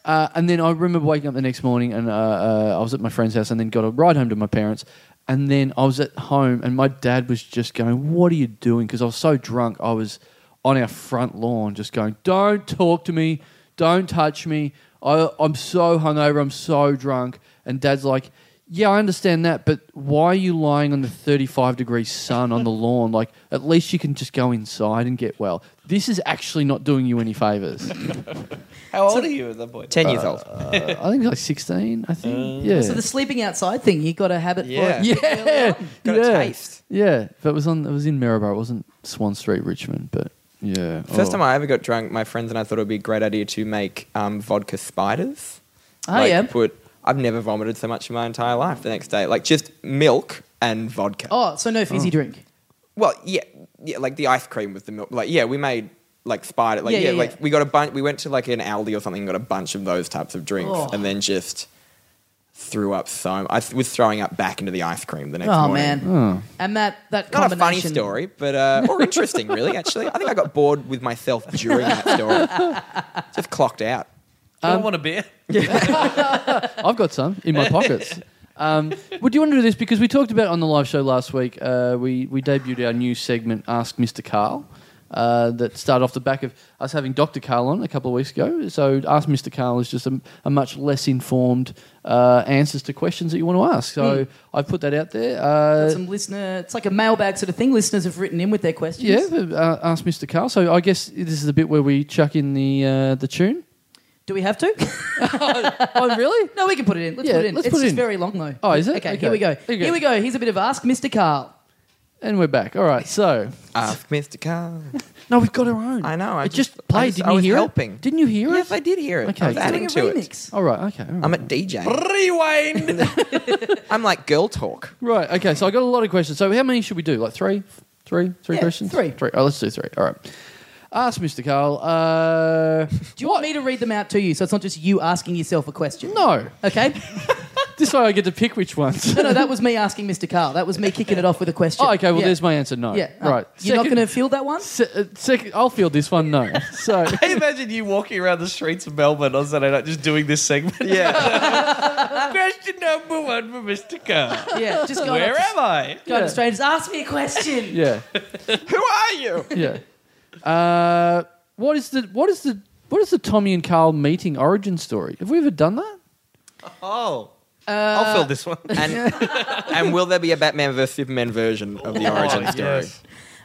Uh, and then I remember waking up the next morning, and uh, uh, I was at my friend's house, and then got a ride home to my parents. And then I was at home, and my dad was just going, "What are you doing?" Because I was so drunk, I was on our front lawn, just going, "Don't talk to me, don't touch me. I, I'm so hungover, I'm so drunk." And Dad's like, yeah, I understand that, but why are you lying on the 35 degree sun on the lawn? Like, at least you can just go inside and get well. This is actually not doing you any
*laughs*
favors.
How old are you at that point?
Ten years old.
Uh, I think like 16, I think.
Uh,
yeah.
So the sleeping outside thing, you got a habit for
Yeah.
it.
yeah.
Got
yeah.
a taste.
Yeah. But it was on, it was in Maribor. It wasn't Swan Street, Richmond, but yeah.
First
Oh.
time I ever got drunk, my friends and I thought it would be a great idea to make um, vodka spiders.
Oh,
Like,
yeah.
Put. I've never vomited so much in my entire life. The next day, like just milk and vodka.
Oh, so no fizzy drink.
Well, yeah, yeah, like the ice cream with the milk. Like, yeah, we made like spider. Like,
Yeah,
yeah,
yeah, yeah.
like we got a bunch. We went to like an Aldi or something, and got a bunch of those types of drinks,
Oh.
and then just threw up so. I th- was throwing up back into the ice cream the next
Oh
morning.
man. And that that
Not a
combination.
funny story, but uh, or
*laughs*
interesting, really. Actually, I think I got bored with myself during that story.
*laughs*
Just clocked out.
I
Um,
don't want a beer.
I've got some in my pockets. Um, would you want to do this because we talked about it on the live show last week? Uh, we we debuted our new segment, Ask Mr. Carl, uh, that started off the back of us having Dr. Carl on a couple of weeks ago. So Ask Mr. Carl is just a, a much less informed uh, answers to questions that you want to ask. So I've put that out there. Uh,
Some listener, it's like a mailbag sort of thing. Listeners have written in with their questions.
yeah, uh, ask Mr. Carl. So I guess this is the bit where we chuck in the uh, the tune.
Do we have to?
*laughs* oh, really?
no, we can put it in. Let's
Yeah,
put it in.
let's
it's
put it
just
in.
very long though.
Oh, is it?
Okay,
Okay.
here we go.
Here you go.
Here we go. Here's a bit of Ask Mr. Carl.
And we're back. All right. So
Ask Mr. Carl.
no, we've got our own.
I know, I
it
just-
just played.
I just-
Didn't
I
you
was
hear
helping.
it? Didn't you hear
Yes,
it?
I did hear it.
Okay.
I was
He's
adding
Doing a
to it.
remix.
All right. Okay. all right.
I'm a DJ. *laughs* Rewind. I'm like girl talk.
Right. Okay. So I got a lot of questions. So how many should we do? Like three, three, three
Yeah,
questions.
three.
Three. Oh, let's do three. All right. Ask Mr. Carl. Uh,
Do you want me to read them out to you so it's not just you asking yourself a question?
no.
Okay?
This way I get to pick which
*laughs*
ones.
No, no, that was me asking Mr. Carl. That was me kicking it off with a question.
oh, okay. Well,
Yeah.
there's my answer. No.
Yeah. Oh,
Right.
You're not
Second-
going to field that one?
Se- uh, second, I'll field this
*laughs*
one. No. So
I imagine you walking around the streets of Melbourne on Saturday night just doing this segment.
Yeah.
*laughs* Question number one for Mr. Carr.
Yeah, *laughs* just go
Where
up
am I?
to, go up to strangers. Ask me a
*laughs*
question.
yeah,
Who are you?
yeah. Uh, what is the what is the what is the Tommy and Carl meeting origin story? Have we ever done that?
Oh.
Uh,
fill *laughs* this one.
And,
*laughs*
and will there be a Batman vs Superman version of
Oh,
the origin
Oh,
story?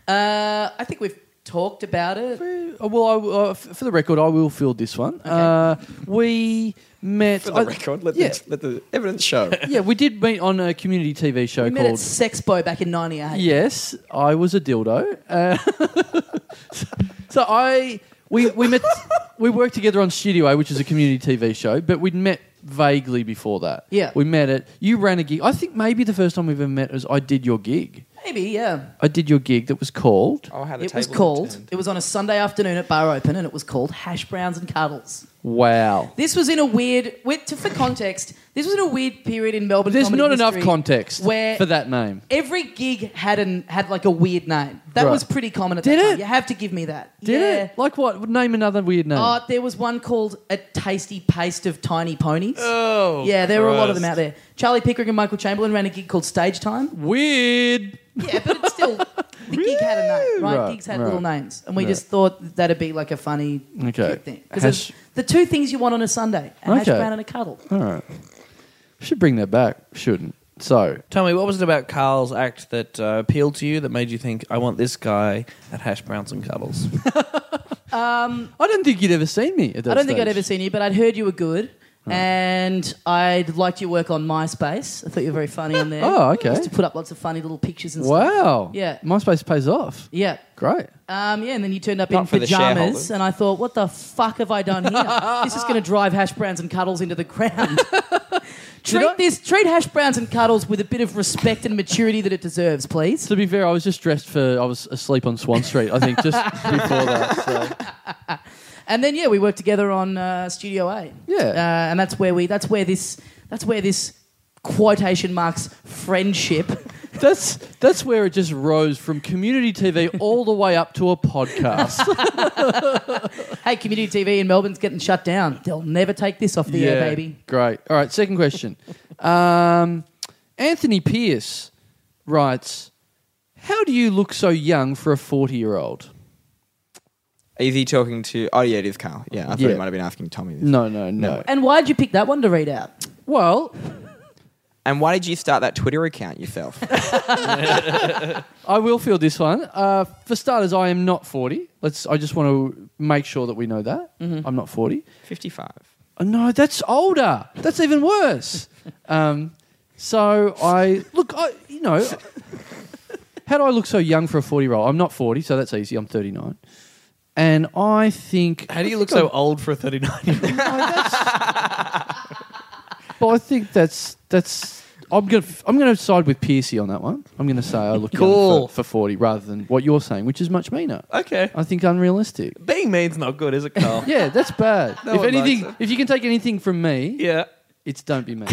uh, I think we've talked about it.
Uh, Well, I w uh, f- for the record, I will field this one. Uh, we met.
For the
I-
record, let,
Oh, yeah,
the, let the evidence show.
yeah, we did meet on a community TV show
We met at
called.
Sexpo back in 98.
Yes, I was a dildo. Uh, *laughs* so I we we met we worked together on Studio A, which is a community TV show, but we'd met vaguely before that.
Yeah.
we met at you ran a gig. I think maybe the first time we've ever met was I did your gig.
Maybe, yeah.
I did your gig that was called
Oh, how the
It was
tables
called,
turned.
it was on a Sunday afternoon at Bar Open, and it was called Hash Browns and Cuddles.
Wow.
This was in a weird, with, to, for context, this was in a weird period in Melbourne.
There's
comedy
not enough
history
context
where
for that name.
Every gig had an had like a weird name. That
Right.
was pretty common at
Did
that
it?
time. You have to give me that.
Did
yeah.
it? Like what? Name another weird name.
Uh, there was one called A Tasty Paste of Tiny Ponies.
Oh.
yeah, there were a lot of them
Christ.
out there. Charlie Pickering and Michael Chamberlain ran a gig called Stage Time.
weird.
Yeah, but it's still the gig had a name, right?
Right,
Gigs had
right.
little names, and we
Right.
just thought that'd be like a funny
Okay.
cute thing because
Hash-
the two things you want on a Sunday: a hash
Okay.
brown and a cuddle.
All right. Should bring that back, shouldn't? So
Tell me, what was it about Carl's act that uh, appealed to you that made you think, I want this guy at Hash Browns and Cuddles?
I don't think you'd ever seen me at that
I don't think I'd
stage.
ever seen you, but I'd heard you were good. And I'd liked your work on MySpace. I thought you were very funny on there.
*laughs* Oh, okay.
Used to put up lots of funny little pictures and stuff.
Wow.
Yeah.
MySpace pays off.
Yeah.
Great.
Um, yeah, and then you turned up
Not
in
for the
pajamas,
shareholders.
and I thought, what the fuck have I done here? this is going to drive hash browns and cuddles into the
*laughs*
ground.
I-
treat this, treat hash browns and cuddles with a bit of respect and maturity that it deserves, please.
To be fair, I was just dressed for I was asleep on Swan Street, I think, just *laughs* before that. So.
And then yeah, we worked together on uh, Studio A.
Yeah.
uh, and that's where we, that's where this, that's where this quotation marks friendship. *laughs*
That's that's where it just rose from community TV all the way up to
*laughs*
a podcast.
Hey, community TV in Melbourne's getting shut down. They'll never take this off the air, baby.
Great. All right, second question. Um, Anthony Pierce writes, How do you look so young for a forty year old?
Is he talking to? Oh yeah, it is Carl. Yeah, I thought he
Yeah.
might have been asking Tommy. This.
No, no, no.
And why'd you pick that one to read out?
Well,
And why did you start that Twitter account
*laughs*
yourself?
I will field this one. Uh, for starters, I am not 40. Let's. I just want to make sure that we know that.
Mm-hmm.
I'm not 40.
Fifty-five.
Oh, no, that's older. That's even worse. *laughs* um, so I look. I you know, *laughs* how do I look so young for a 40 year old? I'm not 40, so that's easy. I'm 39, and I think.
*laughs* How do you look so old for a 39 year old?
But I think that's that's. I'm gonna I'm gonna side with Piercy on that one. I'm gonna say I look young
Cool.
for, for 40 rather than what you're saying, which is much meaner.
*laughs* Okay.
I think unrealistic.
Being mean's not good, is it,
*laughs*
Carl?
Yeah, that's bad.
No
if
one likes
anything,
it.
if you can take anything from me,
yeah.
it's don't be me.
*laughs*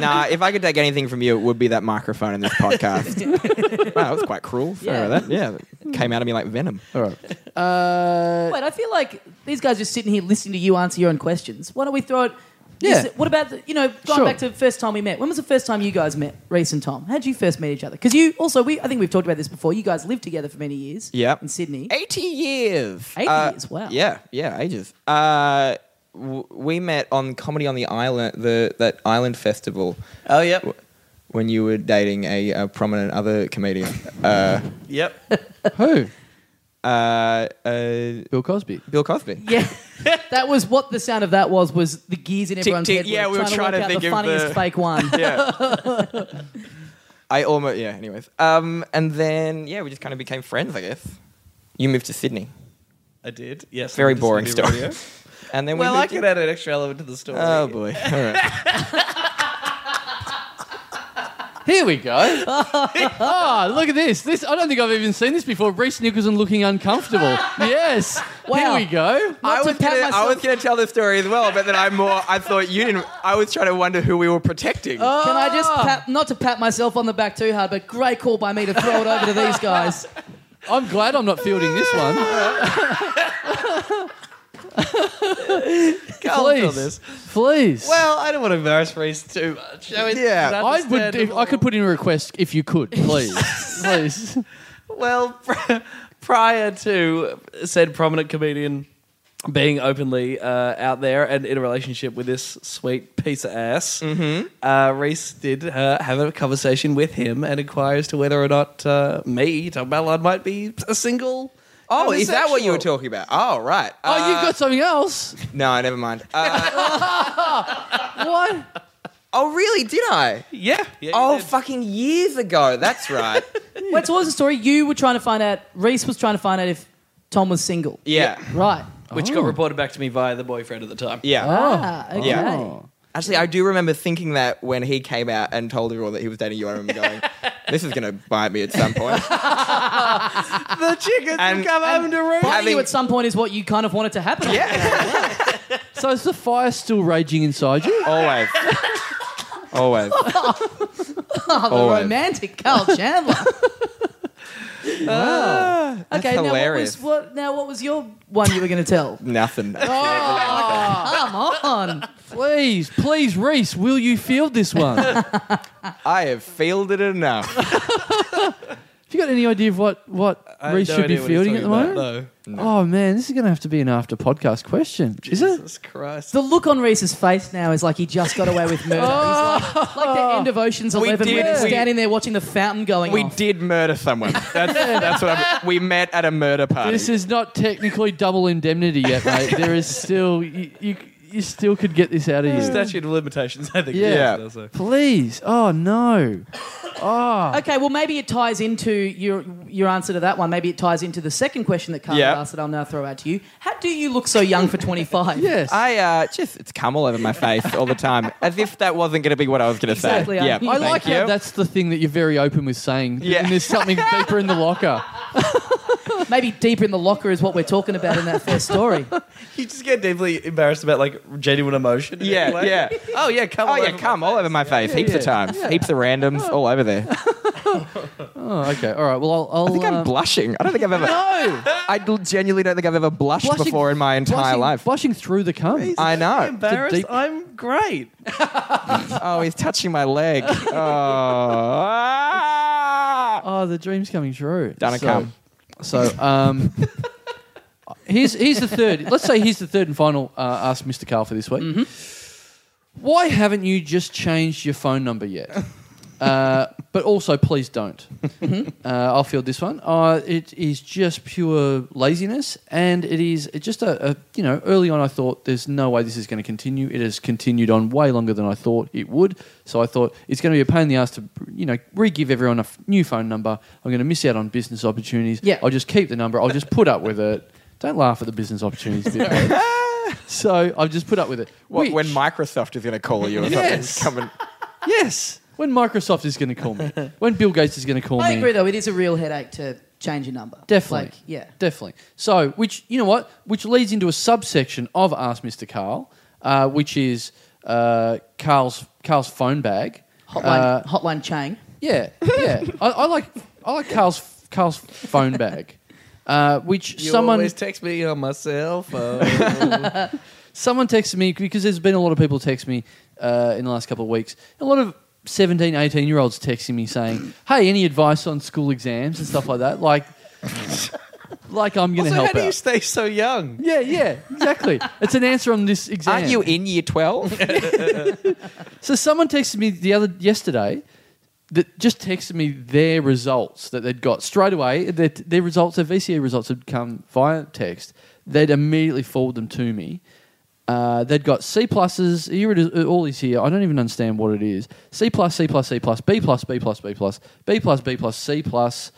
nah, if I could take anything from you, it would be that microphone
*laughs*
in this podcast. wow, that was quite cruel. Fair
Yeah.
yeah. That. yeah, it came out of me like venom.
All right. Uh,
Wait, I feel like these guys are just sitting here listening to you answer your own questions. Why don't we throw it?
Yeah.
This- what about the, you know going
Sure.
back to the first time we met? When was the first time you guys met, Reese and Tom? How would you first meet each other? Because you also we I think we've talked about this before. You guys lived together for many years.
Yeah. Eh.
in Sydney.
80 years. Uh,
80 years, wow.
Yeah, yeah, ages. Uh, w- we met on Comedy on the Island, the that Island Festival,
Oh, yep.
when you were dating a, uh prominent other comedian. Uh,
Yep.
Who?
uh, uh,
Bill Cosby.
Bill Cosby.
Yeah, *laughs* that was what the sound of that was. Was the gears in everyone's
tick,
head?
yeah, we were
trying
trying
to, work
to
out
think
the
of
funniest
the-
fake
*laughs*
one.
Yeah. I almost, yeah, anyways. Um, and then, yeah, we just kind of became friends, I guess. You moved to Sydney.
I did. Yes.
Very
I just
boring
did
story.
radio.
And then
*laughs* well,
we
I
moved
could
in-
add an extra element to the story.
*laughs* Oh, boy. All right.
Here we go.
*laughs*
Ah, look at this. This I don't think I've even seen this before. Reese Nicholson looking
*laughs*
uncomfortable. Yes.
Wow.
Here we go.
Not
I
to
was,
pat
gonna, I
myself-
was gonna tell this story as well, but then I more I thought you didn't. I was trying to wonder who we were protecting.
Oh,
Can I
Oh.
just
Ah.
pat, not to pat myself on the back too hard, but great call by me to throw it over to these
*laughs*
guys.
I'm glad I'm not fielding this one.
Please.
please, please.
Well, I don't want to embarrass Reese too much. I mean,
Yeah.
it's
I would. If I could put in a request if you
*laughs*
could, please, please.
Uh, Well, *laughs* prior to said prominent comedian being openly uh, out there and in a relationship with this sweet piece of ass, uh, Reese did uh, have a conversation with him and inquire as to whether or not uh, me, Tom Ballard, might be a single.
oh, is that what you were
homosexual.
talking about? Oh, right.
Oh,
Uh,
you've got something else.
no, never
*laughs*
mind. Uh,
What?
oh, really? Did I?
Yeah. yeah you
Oh,
did.
fucking years ago. That's
*laughs*
right.
Wait, so what was the story? You were trying to find out. Reese was trying to find out if Tom was single.
Yeah.
Right.
Which
Oh.
got reported back to me via the boyfriend at the time.
Yeah.
Ah, okay.
Yeah.
Oh.
Actually, I do remember thinking that when he came out and told everyone that he was dating you, I remember
*laughs*
going, "This is gonna bite me at some point."
The chickens
And-
come
and-
home to roost.
Having
Having-
you at some point is what you kind of wanted to happen. *laughs*
yeah.
So is the fire still raging inside you?
*laughs*
Always. Always.
Oh, the
Always.
romantic
*laughs*
Carl Chandler. Uh,
Wow. That's
okay, now what,
hilarious.
was, what, now what was your one you were going to
*laughs*
tell?
*laughs*
Nothing.
Oh.
Come on.
Please, please, Reese, will you field this
*laughs*
one? Have
I have fielded it enough.
you got any idea of what what
I have
Reese
no
should be
idea what he's
fielding at the
talking about,
moment? Oh man, this is going to have to be an after podcast question, is it?
Jesus Christ.
The look on Reese's face now is like he just got away with murder. He's like, like the end of Ocean's
We
Eleven,
did-
when he's
we-
standing there watching the fountain going
We
Oh.
off.
did murder
*laughs*
someone. That's, that's what I'm, we met at a murder party.
This is not technically double indemnity yet,
*laughs*
mate. there is still you, you you still could get this out of you.
Statute of limitations, I think.
Yeah.
is also.
Please, oh no, oh
Okay, well, maybe it ties into your your answer to that one. Maybe it ties into the second question that Carl
Yeah.
asked that I'll now throw out to you. How do you look so young for 25?
yes.
I uh, just it's come all over my face all the time, as if that wasn't going to be what I was going to
Exactly, I
say. Yeah,
knew
I
Thank
like
you.
how that's the thing that you're very open with saying.
Yeah.
And there's
*laughs*
something deeper in the locker.
Maybe deeper in the locker is what we're talking about in that first story.
You just get deeply embarrassed about like genuine emotion. in
Yeah,
any way.
yeah.
Oh yeah, come
Oh
on.
yeah, come all over my face, heaps of times, heaps of randoms, all over there.
Oh, okay. All right. Well, I'll. I'll
I think
uh,
I'm blushing. I don't think I've ever.
no.
I l- genuinely don't think I've ever blushed
Blushing-
before in my entire
Blushing-
life.
Blushing through the cum.
I know.
Embarrassed?
deep-
I'm great.
Oh, he's touching
*laughs*
my leg. Oh. ah.
Oh, the dream's coming true.
Done a
so,
cum.
So,
*laughs*
um, here's here's the third. Let's say here's the third and final. Uh, ask Mr. Carl for this week.
Mm-hmm.
Why haven't you just changed your phone number yet? Uh, but also, please don't. Uh, I'll field this one. Uh, it is just pure laziness, and it is it's just a, a you know. Early on, I thought there's no way this is going to continue. It has continued on way longer than I thought it would. So I thought it's going to be a pain in the ass to you know re-give everyone a f- new phone number. I'm going to miss out on business opportunities.
Yeah.
I'll just keep the number. I'll just put up with it. Don't laugh at the business opportunities. bit, mate. so I've just put up with it.
What, when
Which-
Microsoft is going to call you or
Yes.
something? Come
yes, when Microsoft is going to
*laughs*
call me, when Bill Gates is going to call
I
me.
agree, though, it is a real headache to change your number.
Definitely.
Like, yeah.
Definitely. So, which, you know what? Which leads into a subsection of Ask Mr. Carl, uh, which is uh, Carl's, Carl's phone bag.
Hotline,
Uh,
hotline Chang.
yeah,
*laughs*
yeah. I, I like I like Carl's Carl's phone bag, uh, which
You
someone
*laughs* always text me on my cell phone.
Someone texted me because there's been a lot of people text me uh, in the last couple of weeks. A lot of 17, 18 year olds texting me saying, "Hey, any advice on school exams and stuff like that?" Like, *laughs* like I'm going to
Also,
help
how do you
out.
stay so young?
yeah, yeah, exactly. *laughs* it's an answer on this exam.
Aren't you in year *laughs* 12?
So someone texted me the other yesterday that just texted me their results that they'd got straight away. Their, their results, their VCA results had come via text. They'd immediately forward them to me. Uh, they'd got C pluses. Here it is, uh, all is here. I don't even understand what it is. C plus, C plus, C plus, B plus, B plus, B plus, B plus, B plus, C plus,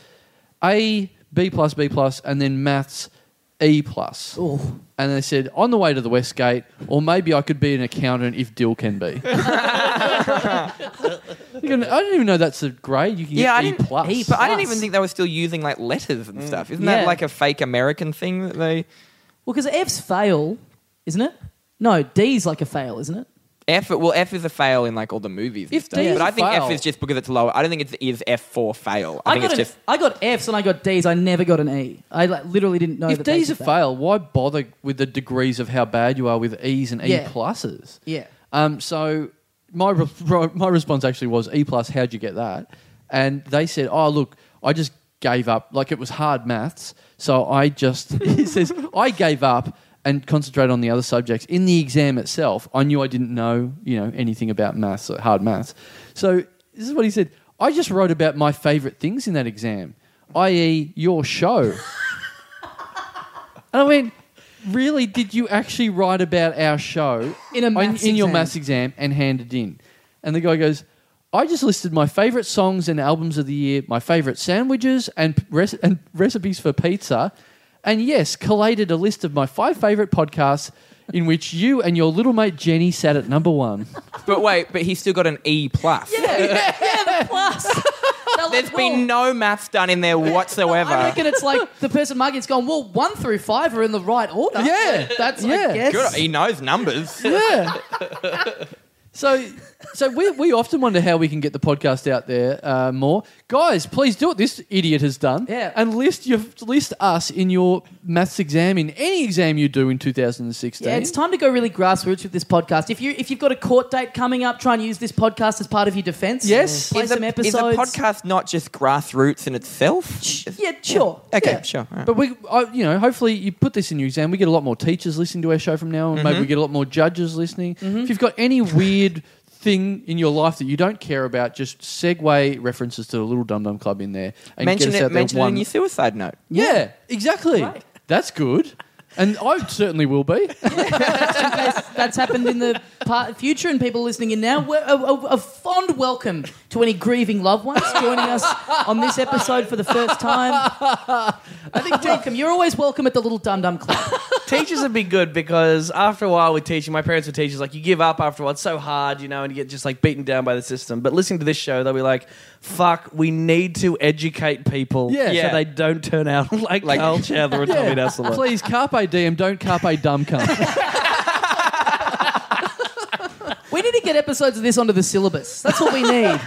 A, B plus, B plus, and then maths E plus.
Ooh.
And they said on the way to the West Gate, or maybe I could be an accountant if Dill can be. You can- I didn't even know that's a grade. You can
yeah, I
get E
didn't,
plus.
E
but I didn't
plus.
even think they were still using like letters and stuff. Isn't
Yeah.
that like a fake American thing that they.
Well, because F's fail, isn't it? No, D's like a fail, isn't it?
F well F is a fail in like all the movies. and
If
stuff.
D is
but I
a
think
fail-
F is just because it's lower. I don't think it's is F for fail. I, think
got
it's
an-
just
I got F's and I got D's. I never got an E. I like, literally didn't know
if
that they
D's a
did that.
fail, why bother with the degrees of how bad you are with E's and E
Yeah.
pluses?
Yeah.
Um, so my re- *laughs* ro- my response actually was E plus. How'd you get that? And they said, Oh, look, I just gave up. Like it was hard maths, so I just *laughs* he says I gave up and concentrated on the other subjects. In the exam itself, I knew I didn't know you know anything about maths or hard maths. So this is what he said. I just wrote about my favorite things in that exam, i.e., your show. And I went, really? Did you actually write about our show
In a maths
in, your
exam.
maths exam and hand it in? And the guy goes, I just listed my favorite songs and albums of the year, my favorite sandwiches and, p- rec- and recipes for pizza, and yes, collated a list of my five favorite podcasts in which you and your little mate Jenny sat at number one.
But wait, but he still got an E plus.
yeah, *laughs* the plus. They're like,
There's
well,
been no maths done in there whatsoever.
I reckon it's like the person marking's gone, well, one through five are in the right order.
Yeah.
That's,
Yeah.
I guess.
Good, he knows numbers.
yeah. So, so we, we often wonder how we can get the podcast out there uh, more, guys. Please do what this idiot has done,
Yeah.
and list your list us in your maths exam in any exam you do in 2016.
Yeah, it's time to go really grassroots with this podcast. If you if you've got a court date coming up, try and use this podcast as part of your defense.
Yes.
play
is,
some
the, is
episodes.
the podcast not just grassroots in itself?
Yeah, sure.
Okay,
Yeah.
sure. all right.
But we, I, you know, hopefully you put this in your exam. We get a lot more teachers listening to our show from now, on. maybe we get a lot more judges listening.
Mm-hmm.
If you've got any weird thing in your life that you don't care about, just segue references to the Little Dum Dum Club in there and
mention
get us
it,
out there
mention it
one
in your suicide note.
Yeah, exactly.
Right.
That's good. And I certainly will be.
That's happened in the part, future, and people listening in now. we a, a, a fond welcome to any grieving loved ones joining us on this episode for the first time. I think welcome. You're always welcome at the Little Dum Dum Club.
teachers would be good because after a while with teaching, my parents were teachers. Like you give up after a while; it's so hard, you know, and you get just like beaten down by the system. But listening to this show, they'll be like, "Fuck, we need to educate people,
Yeah. Yeah.
so they don't turn out *laughs* like,
Like-
Carl Chandler and *laughs* Tommy Dassler."
Please, carpe diem, don't carpe dumb cum.
We need to get episodes of this onto the syllabus. That's what we need.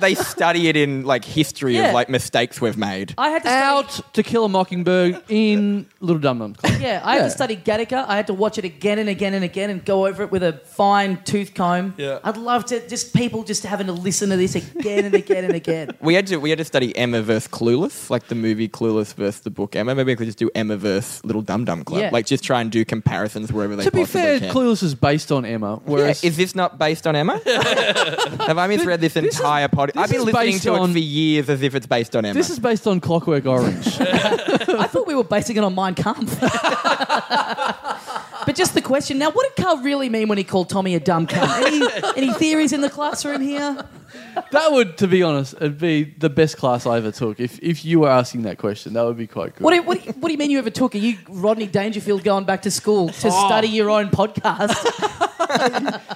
They study it in like history
Yeah.
of like mistakes we've made.
I had to study-
Out to kill a mockingbird in Little Dum Dum Club.
Yeah, I had
Yeah.
to study Gattaca. I had to watch it again and again and again and go over it with a fine tooth comb.
Yeah.
I'd love to just people just having to listen to this again and again and
*laughs*
again.
We had to we had to study Emma versus Clueless, like the movie Clueless versus the book Emma. Maybe we could just do Emma versus Little Dum Dum Club.
Yeah.
Like just try and do comparisons wherever they
To be
possibly
fair,
can.
Clueless is based on Emma,
Yeah,
whereas
is this not based on Emma? Have I misread this entire podcast? I've
is
been listening
based
to
on-
it for years as if it's based on Emma.
this is based on Clockwork Orange.
I thought we were basing it on Mein Kampf. *laughs* but just the question now, what did Carl really mean when he called Tommy a dumb cunt?
*laughs*
Any, any theories in the classroom here?
that would, to be honest, it'd be the best class I ever took. If, if you were asking that question, that would be quite good.
What do, you- what, do you- what do you mean you ever took? Are you Rodney Dangerfield going back to school to study your own podcast?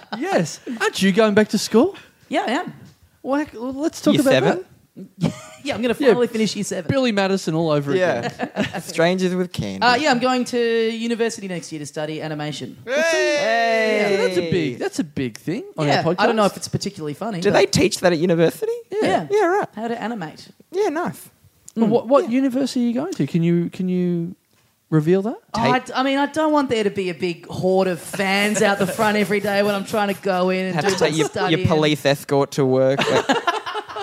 *laughs*
yes. Aren't you going back to school?
yeah, I am.
Whack, well, let's talk
Year
about
seven?
that.
Yeah, I'm going to
Yeah.
finally finish year seven.
Billy Madison all over again.
yeah. Strangers with candy.
Uh, yeah, I'm going to university next year to study animation.
Hey!
So that's a big that's a big thing on
yeah,
our podcast.
I don't know if it's particularly funny.
Do
but-
they teach that at university?
Yeah.
Yeah, right.
How to animate?
Yeah, nice.
What, what university are you going to? Can you can you reveal that?
Oh, I, I mean, I don't want there to be a big horde of fans out the front every day when I'm trying to go in and
Have
do
to take
my
your,
study
your
and-
police escort to work, like,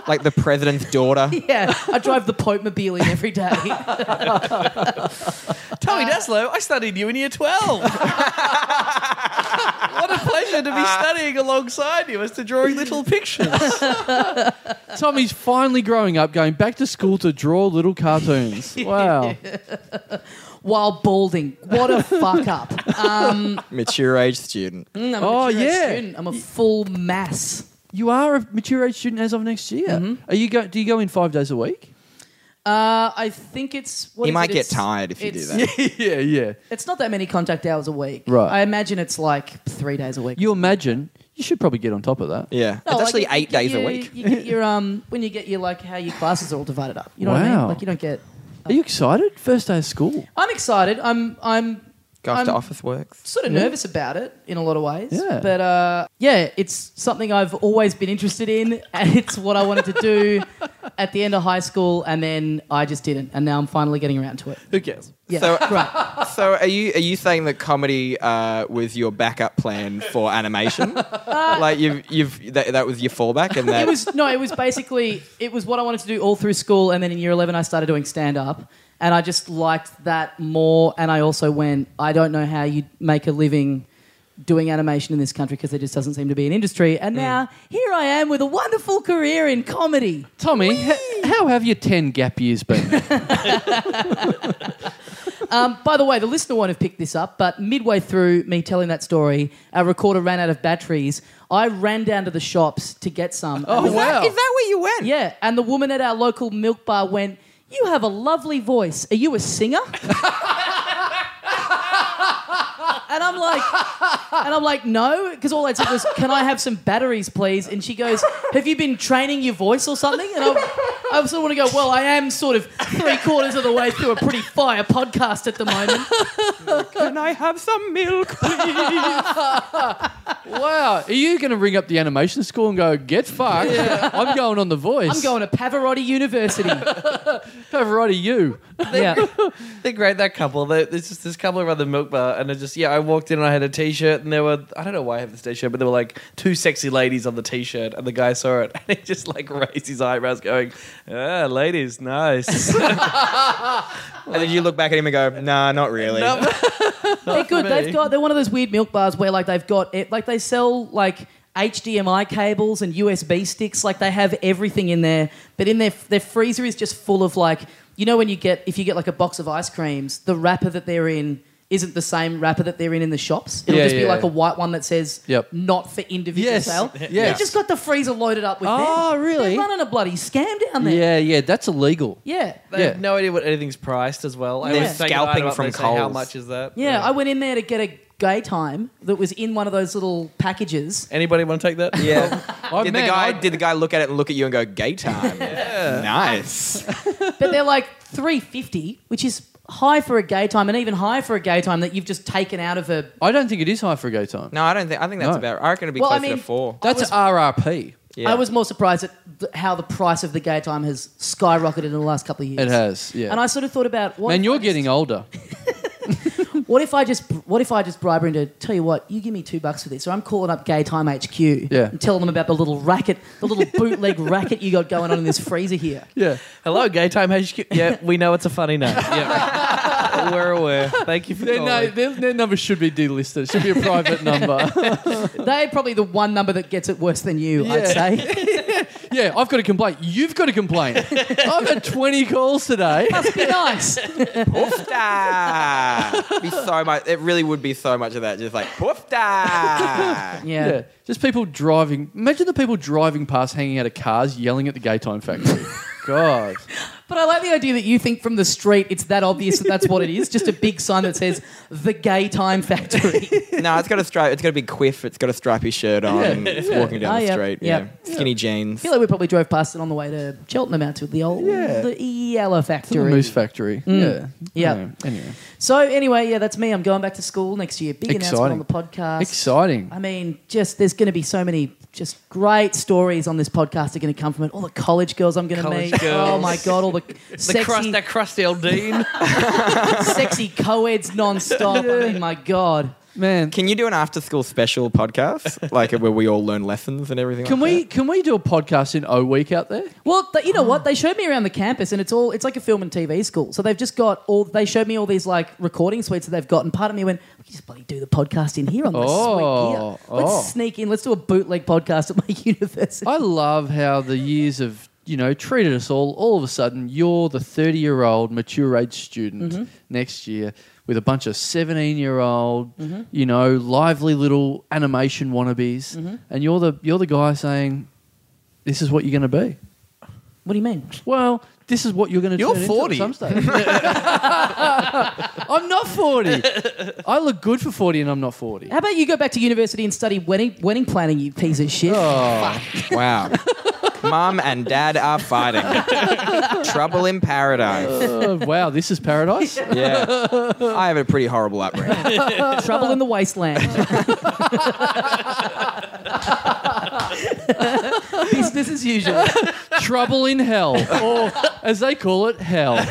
like the president's daughter.
*laughs* *laughs* Yeah, I drive the Pope mobile in every day. *laughs*
Tommy Daslow, I studied you in year 12. *laughs* what a pleasure to be studying alongside you as to drawing little *laughs* pictures.
Tommy's finally growing up, going back to school to draw little cartoons. Wow.
while balding. What a fuck
*laughs*
up. Um,
Mature age student.
mm, I'm a
Oh,
mature age
yeah.
student. I'm a full mass.
You are a mature age student as of next year. Are you go, do you go in five days a week?
Uh, I think it's. What
You
is
might
it?
get
It's-
tired if you do
it's-
*laughs*
that.
yeah, yeah.
*laughs* It's not that many contact hours a week.
Right.
I imagine it's like three days a week.
You imagine you should probably get on top of that.
Yeah.
No,
it's
Oh, like,
actually
you-
eight
you-
days a
you-
week.
You get your
*laughs*
um when you get your like how your classes are all divided up. You know what I mean?
Wow.
Like you don't get.
Are you excited? First day of school.
I'm excited. I'm I'm
Go after
I'm-
office works.
sort of
Yeah.
nervous about it in a lot of ways.
Yeah.
But uh, yeah, it's something I've always been interested in, and it's what I wanted to
*laughs*
do at the end of high school, and then I just didn't, and now I'm finally getting around to it.
Who cares?
Yeah,
So-
right.
*laughs* So are you are you saying that comedy uh, was your backup plan
*laughs*
for animation? *laughs* like you've you've that, that was your fallback and that
It was no, it was basically it was what I wanted to do all through school, and then in year eleven I started doing stand up, and I just liked that more, and I also went, I don't know how you make a living. Doing animation in this country because there just doesn't seem to be an industry. And now here I am with a wonderful career in comedy.
Tommy, h- how have your 10 gap years been?
Um, by the way, the listener won't have picked this up, but midway through me telling that story, our recorder ran out of batteries. I ran down to the shops to get some.
Oh,
And-
wow.
Is that where you went?
Yeah, and the woman at our local milk bar went, You have a lovely voice. Are you a singer? *laughs* and I'm like, and I'm like, no, because all I said was, "Can I have some batteries, please?" And she goes, "Have you been training your voice or something?" And I, I sort of want to go, "Well, I am sort of three quarters of the way through a pretty fire podcast at the moment."
Can I have some milk?
wow. Are you going to ring up the animation school and go, get fucked? I'm going on The Voice.
I'm going to Pavarotti University.
over right to you.
yeah.
They're great, that couple. They- There's just this couple around the milk bar, and I just, yeah, I walked in and I had a t shirt, and there were, I don't know why I have this t shirt, but there were like two sexy ladies on the t shirt, and the guy saw it, *laughs* and he just like raised his eyebrows, going, ah, ladies, *laughs* nice.
And then you look back at him and go,
*laughs*
Nah, not really.
No.
They're good.
me.
They've got. They're one of those weird milk bars where like they've got it. Like they sell like HDMI cables and USB sticks. Like they have everything in there. But in their their freezer is just full of like you know when you get if you get like a box of ice creams, the wrapper that they're in. Isn't the same wrapper that they're in in the shops. It'll
Yeah,
just be
yeah,
like
yeah.
a white one that says
Yep.
"not for individual
Yes,
sale."
yes.
They've just got the freezer loaded up with them.
Oh, really?
They're running a bloody scam down there.
Yeah, yeah, that's illegal.
yeah.
They
Yeah.
have no idea what anything's priced as well. I
They're
always take an
scalping
item up,
from
they say, How
Coles.
much is that?
Yeah, I went in there to get a gay time that was in one of those little packages.
Anybody want to take
*laughs*
*laughs*
that?
Yeah.
Oh,
I,
did
Oh, man,
the guy
I-
did the guy look at it and look at you and go, gay time. Nice.
But they're like 350, which is high for a gay time and even higher for a gay time that you've just taken out of a
I don't think it is high for a gay time.
No, I don't think I think that's
No.
about I reckon it'd be
Well, I
closer
mean-
to four.
That's
was-
RRP.
I was more surprised at th- how the price of the gay time has skyrocketed in the last couple of years.
It has, yeah.
And I sort of thought about what
Man,
if
you're
I just-
getting older.
what if I just what if I just bribe her into tell you what you give me two bucks for this or I'm calling up Gay Time HQ
Yeah.
and telling them about the little racket the little
*laughs*
bootleg racket you got going on in this freezer here
*laughs* Yeah.
Hello, Gay Time HQ. Yeah, we know it's a funny name.
*laughs*
Yeah. *laughs* We're aware. Thank you for
Their,
calling.
na- their, their number should be delisted. It should be a *laughs* private number.
they're probably the one number that gets it worse than you I'd
Yeah.
say
*laughs* yeah, I've got a complaint. You've got a *laughs* complaint. I've had 20 calls today.
must be nice
Poofta. *laughs* be so much it really would be so much of that, just like
*laughs*
poofta.
yeah.
Yeah. Just people driving. Imagine the people driving past, hanging out of cars, yelling at the gay time *laughs* factory. God.
But I like the idea that you think from the street it's that obvious that that's what it is. Just a big sign that says the Gay Time Factory.
no, it's got a stripe it's got a big quiff, it's got a stripy shirt on,
Yeah.
and it's walking down
Oh,
the
yeah.
street.
Yeah.
Yeah. Skinny jeans.
I feel like we probably drove past it on the way to Cheltenham out to the old
Yeah.
the Yellow
To the
Factory.
moose factory. Mm. Yeah.
Yeah.
Anyway.
So anyway, yeah, that's me. I'm going back to school next year. Big announcement on
Exciting.
the podcast.
Exciting.
I mean, just there's going to be so many just great stories on this podcast are going to come from it. All the college girls I'm going to
College
meet. Oh
girls.
my god! All the,
The
sexy,
crust, that crusty old dean.
sexy co-eds non-stop. I mean, my god.
Man,
Can you do an after school special podcast? like where we all learn lessons and everything
can
like
we can we do a podcast in O Week out there?
Well, th you know
Ah.
what? They showed me around the campus, and it's all—it's like a film and TV school. So they've just got all. They showed me all these like recording suites that they've got, and part of me went, "We can just bloody do the podcast in here on this
Oh,
suite here. Let's
oh.
sneak in. Let's do a bootleg podcast at my *laughs* university."
I love how the years have you know treated us all. All of a sudden, you're the 30 year old mature age student next year with a bunch of 17 year old, you know, lively little animation wannabes, and you're the you're the guy saying, "This is what you're going to be."
what do you mean?
Well. This is what you're going to.
You're
turn into at
40.
some stage. I'm not 40. I look good for 40, and I'm not 40.
*laughs* How about you go back to university and study wedding wedding planning? You piece of shit.
Oh.
that? Wow. Mom and dad are fighting. Trouble in paradise.
Uh, wow, this is paradise.
Yeah. I have a pretty horrible upbringing.
Trouble in the
*laughs*
wasteland. *laughs* Business as usual.
*laughs* Trouble in hell, or as they call it, hell.
Uh,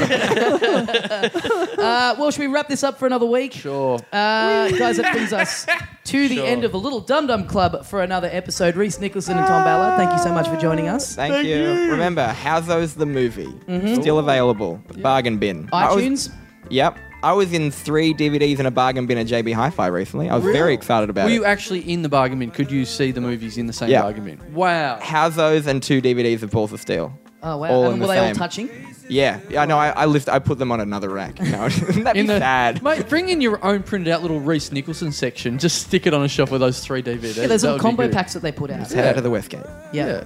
well, should we wrap this up for another week?
Sure.
Uh, guys, that brings us to the
Sure.
end of the Little Dum Dum Club for another episode. Reese Nicholson and Tom Ballard, thank you so much for joining us.
Thank, you. Remember, Howzo's the movie. Still available. Bargain bin. I was-
iTunes.
yep. I was in three DVDs and a bargain bin at JB Hi Fi recently. I was very excited about
Were
it.
you actually in the bargain bin? Could you see the movies in the same
Yeah.
bargain bin? Wow.
Howzo's and two DVDs of Balls of Steel.
Oh wow!
All
And
in
were
the
they all
same.
touching?
Yeah, yeah. No, I, I lift. I put them on another rack. *laughs* No, that'd be
In the,
sad.
Mate, bring in your own printed out little Reese Nicholson section. Just stick it on a shelf with those three DVDs.
Yeah, those
That
little
would be
combo
good.
packs that they put out.
Head out of the Westgate.
Yeah.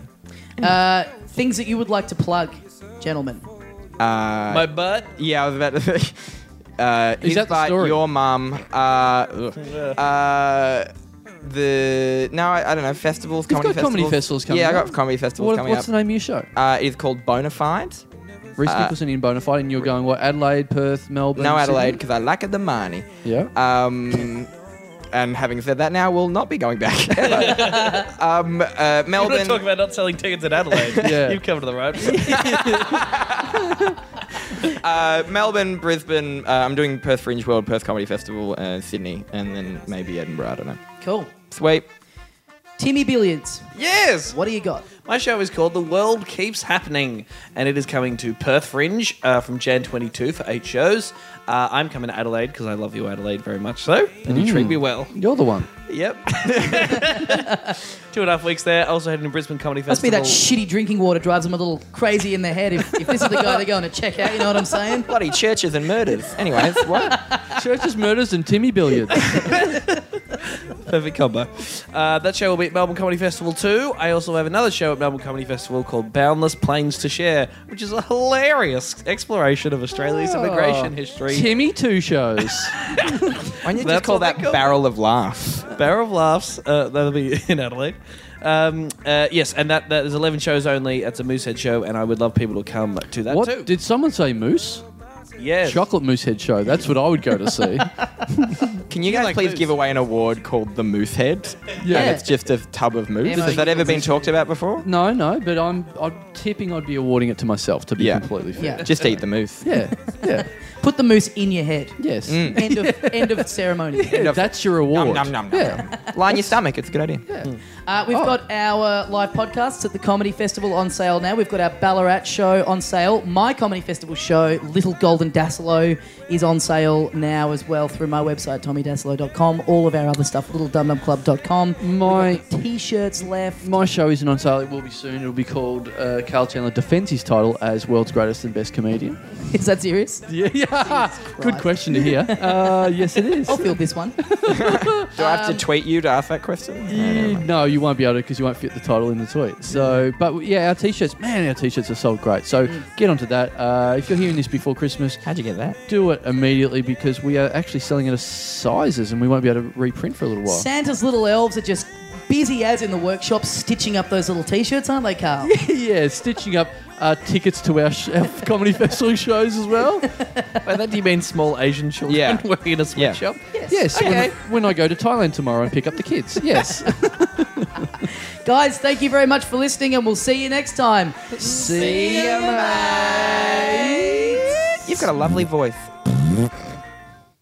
Uh, things that you would like to plug, gentlemen.
Uh,
My butt.
yeah, I was about to say. *laughs* Uh, his
that the
butt,
story?
Your mum. Uh, ugh. uh, the no, I, I don't know. Festivals.
You've
comedy
got comedy
festivals.
festivals coming
Yeah, I
up.
got comedy festivals
What,
coming
what's the
up.
name of your show?
Uh, it's called Bonafide.
Reese
Uh,
Nicholson in Bonafide, and you're going, what, Adelaide, Perth, Melbourne?
No Adelaide
Sydney?
because I lack of the money.
Yeah.
Um, and having said that, now we'll not be going back. *laughs* ever. um, uh,
I'm not
Melbourne.
talking about not selling tickets in Adelaide. *laughs*
Yeah.
You've come to the right.
Uh, Melbourne, Brisbane. Uh, I'm doing Perth Fringe World, Perth Comedy Festival, uh, Sydney, and then maybe Edinburgh. I don't know.
Cool.
Sweet.
Timmy Billions.
*laughs* yes.
What do you got?
My show is called The World Keeps Happening, and it is coming to Perth Fringe uh, from Jan 22 for eight shows. Uh, I'm coming to Adelaide because I love you, Adelaide, very much so, and you treat me well.
You're the *laughs* one.
Yep. *laughs* Two and a half weeks there. Also heading to Brisbane Comedy
Must be
Festival.
that shitty drinking water drives them a little crazy in their head. If, if this is the guy they're going to check out, you know what I'm saying?
Bloody churches and murders. Anyways, what?
Churches, Murders, and Timmy Billiards.
Perfect combo. Uh, that show will be at Melbourne Comedy Festival too. I also have another show at Melbourne Comedy Festival called Boundless Plains to Share, which is a hilarious exploration of Australia's immigration history.
Ah. Timmy Two
*laughs*
Shows.
Uh, Why don't you just
That's
call
what
that
they call-
barrel of laughs?
Barrel of Laughs. Uh, that'll be *laughs* in Adelaide. Um, uh, yes, and that, that is 11 shows only. It's a Moosehead show, and I would love people to come to that
what?
too.
Did someone say moose?
yes.
Chocolate Moosehead Show. That's what I would go to
*laughs*
see.
Can you guys
like
please
moose.
give away an award called the Moose Head? And it's just a tub of moose.
Yeah,
Has that
moose.
ever been talked about before?
No, no, but I'm, I'm tipping I'd be awarding it to myself to be
Yeah.
completely fair.
Yeah.
Just eat the moose.
Yeah, yeah,
Put the moose in your head.
yes.
Mm.
End of end of ceremony.
Yeah, That's your award.
Nom, nom, nom, nom.
yeah.
Line your stomach. It's a good idea.
Uh, we've
Oh.
got our uh, live podcasts at the Comedy Festival on sale now. We've got our Ballarat show on sale. My Comedy Festival show, Little Golden Dassilo, is on sale now as well through my website, tommydassilo.com. All of our other stuff, littledumdumclub.com.
My
T shirts left. *laughs*
my show isn't on sale. It will be soon. It'll be called uh, Carl Chandler defends his title as world's greatest and best comedian.
Is that serious?
*laughs* Yeah, yeah. Good
Christ.
question to hear. *laughs* Uh, yes, it is.
I'll field this one.
Do I have to tweet you to ask that question?
*laughs* Yeah, No, you won't be able to because you won't fit the title in the tweet. So, but yeah, our t-shirts, man, our t-shirts are sold great. So get onto that. Uh, if you're hearing this before Christmas,
How'd you get that?
do it immediately because we are actually selling it as sizes and we won't be able to reprint for a little while.
Santa's little elves are just busy as in the workshop stitching up those little T shirts, aren't they, Carl?
*laughs* yeah, stitching up uh, tickets to our, sh- *laughs* our comedy festival shows as well.
By that, do you mean small Asian children
Yeah.
*laughs* working in a sweatshop?
Yeah.
Yes, when, when I go to Thailand tomorrow and pick up the kids. Yes.
Guys, thank you very much for listening, and we'll see you next time.
See
ya, mate.
You've got a lovely voice.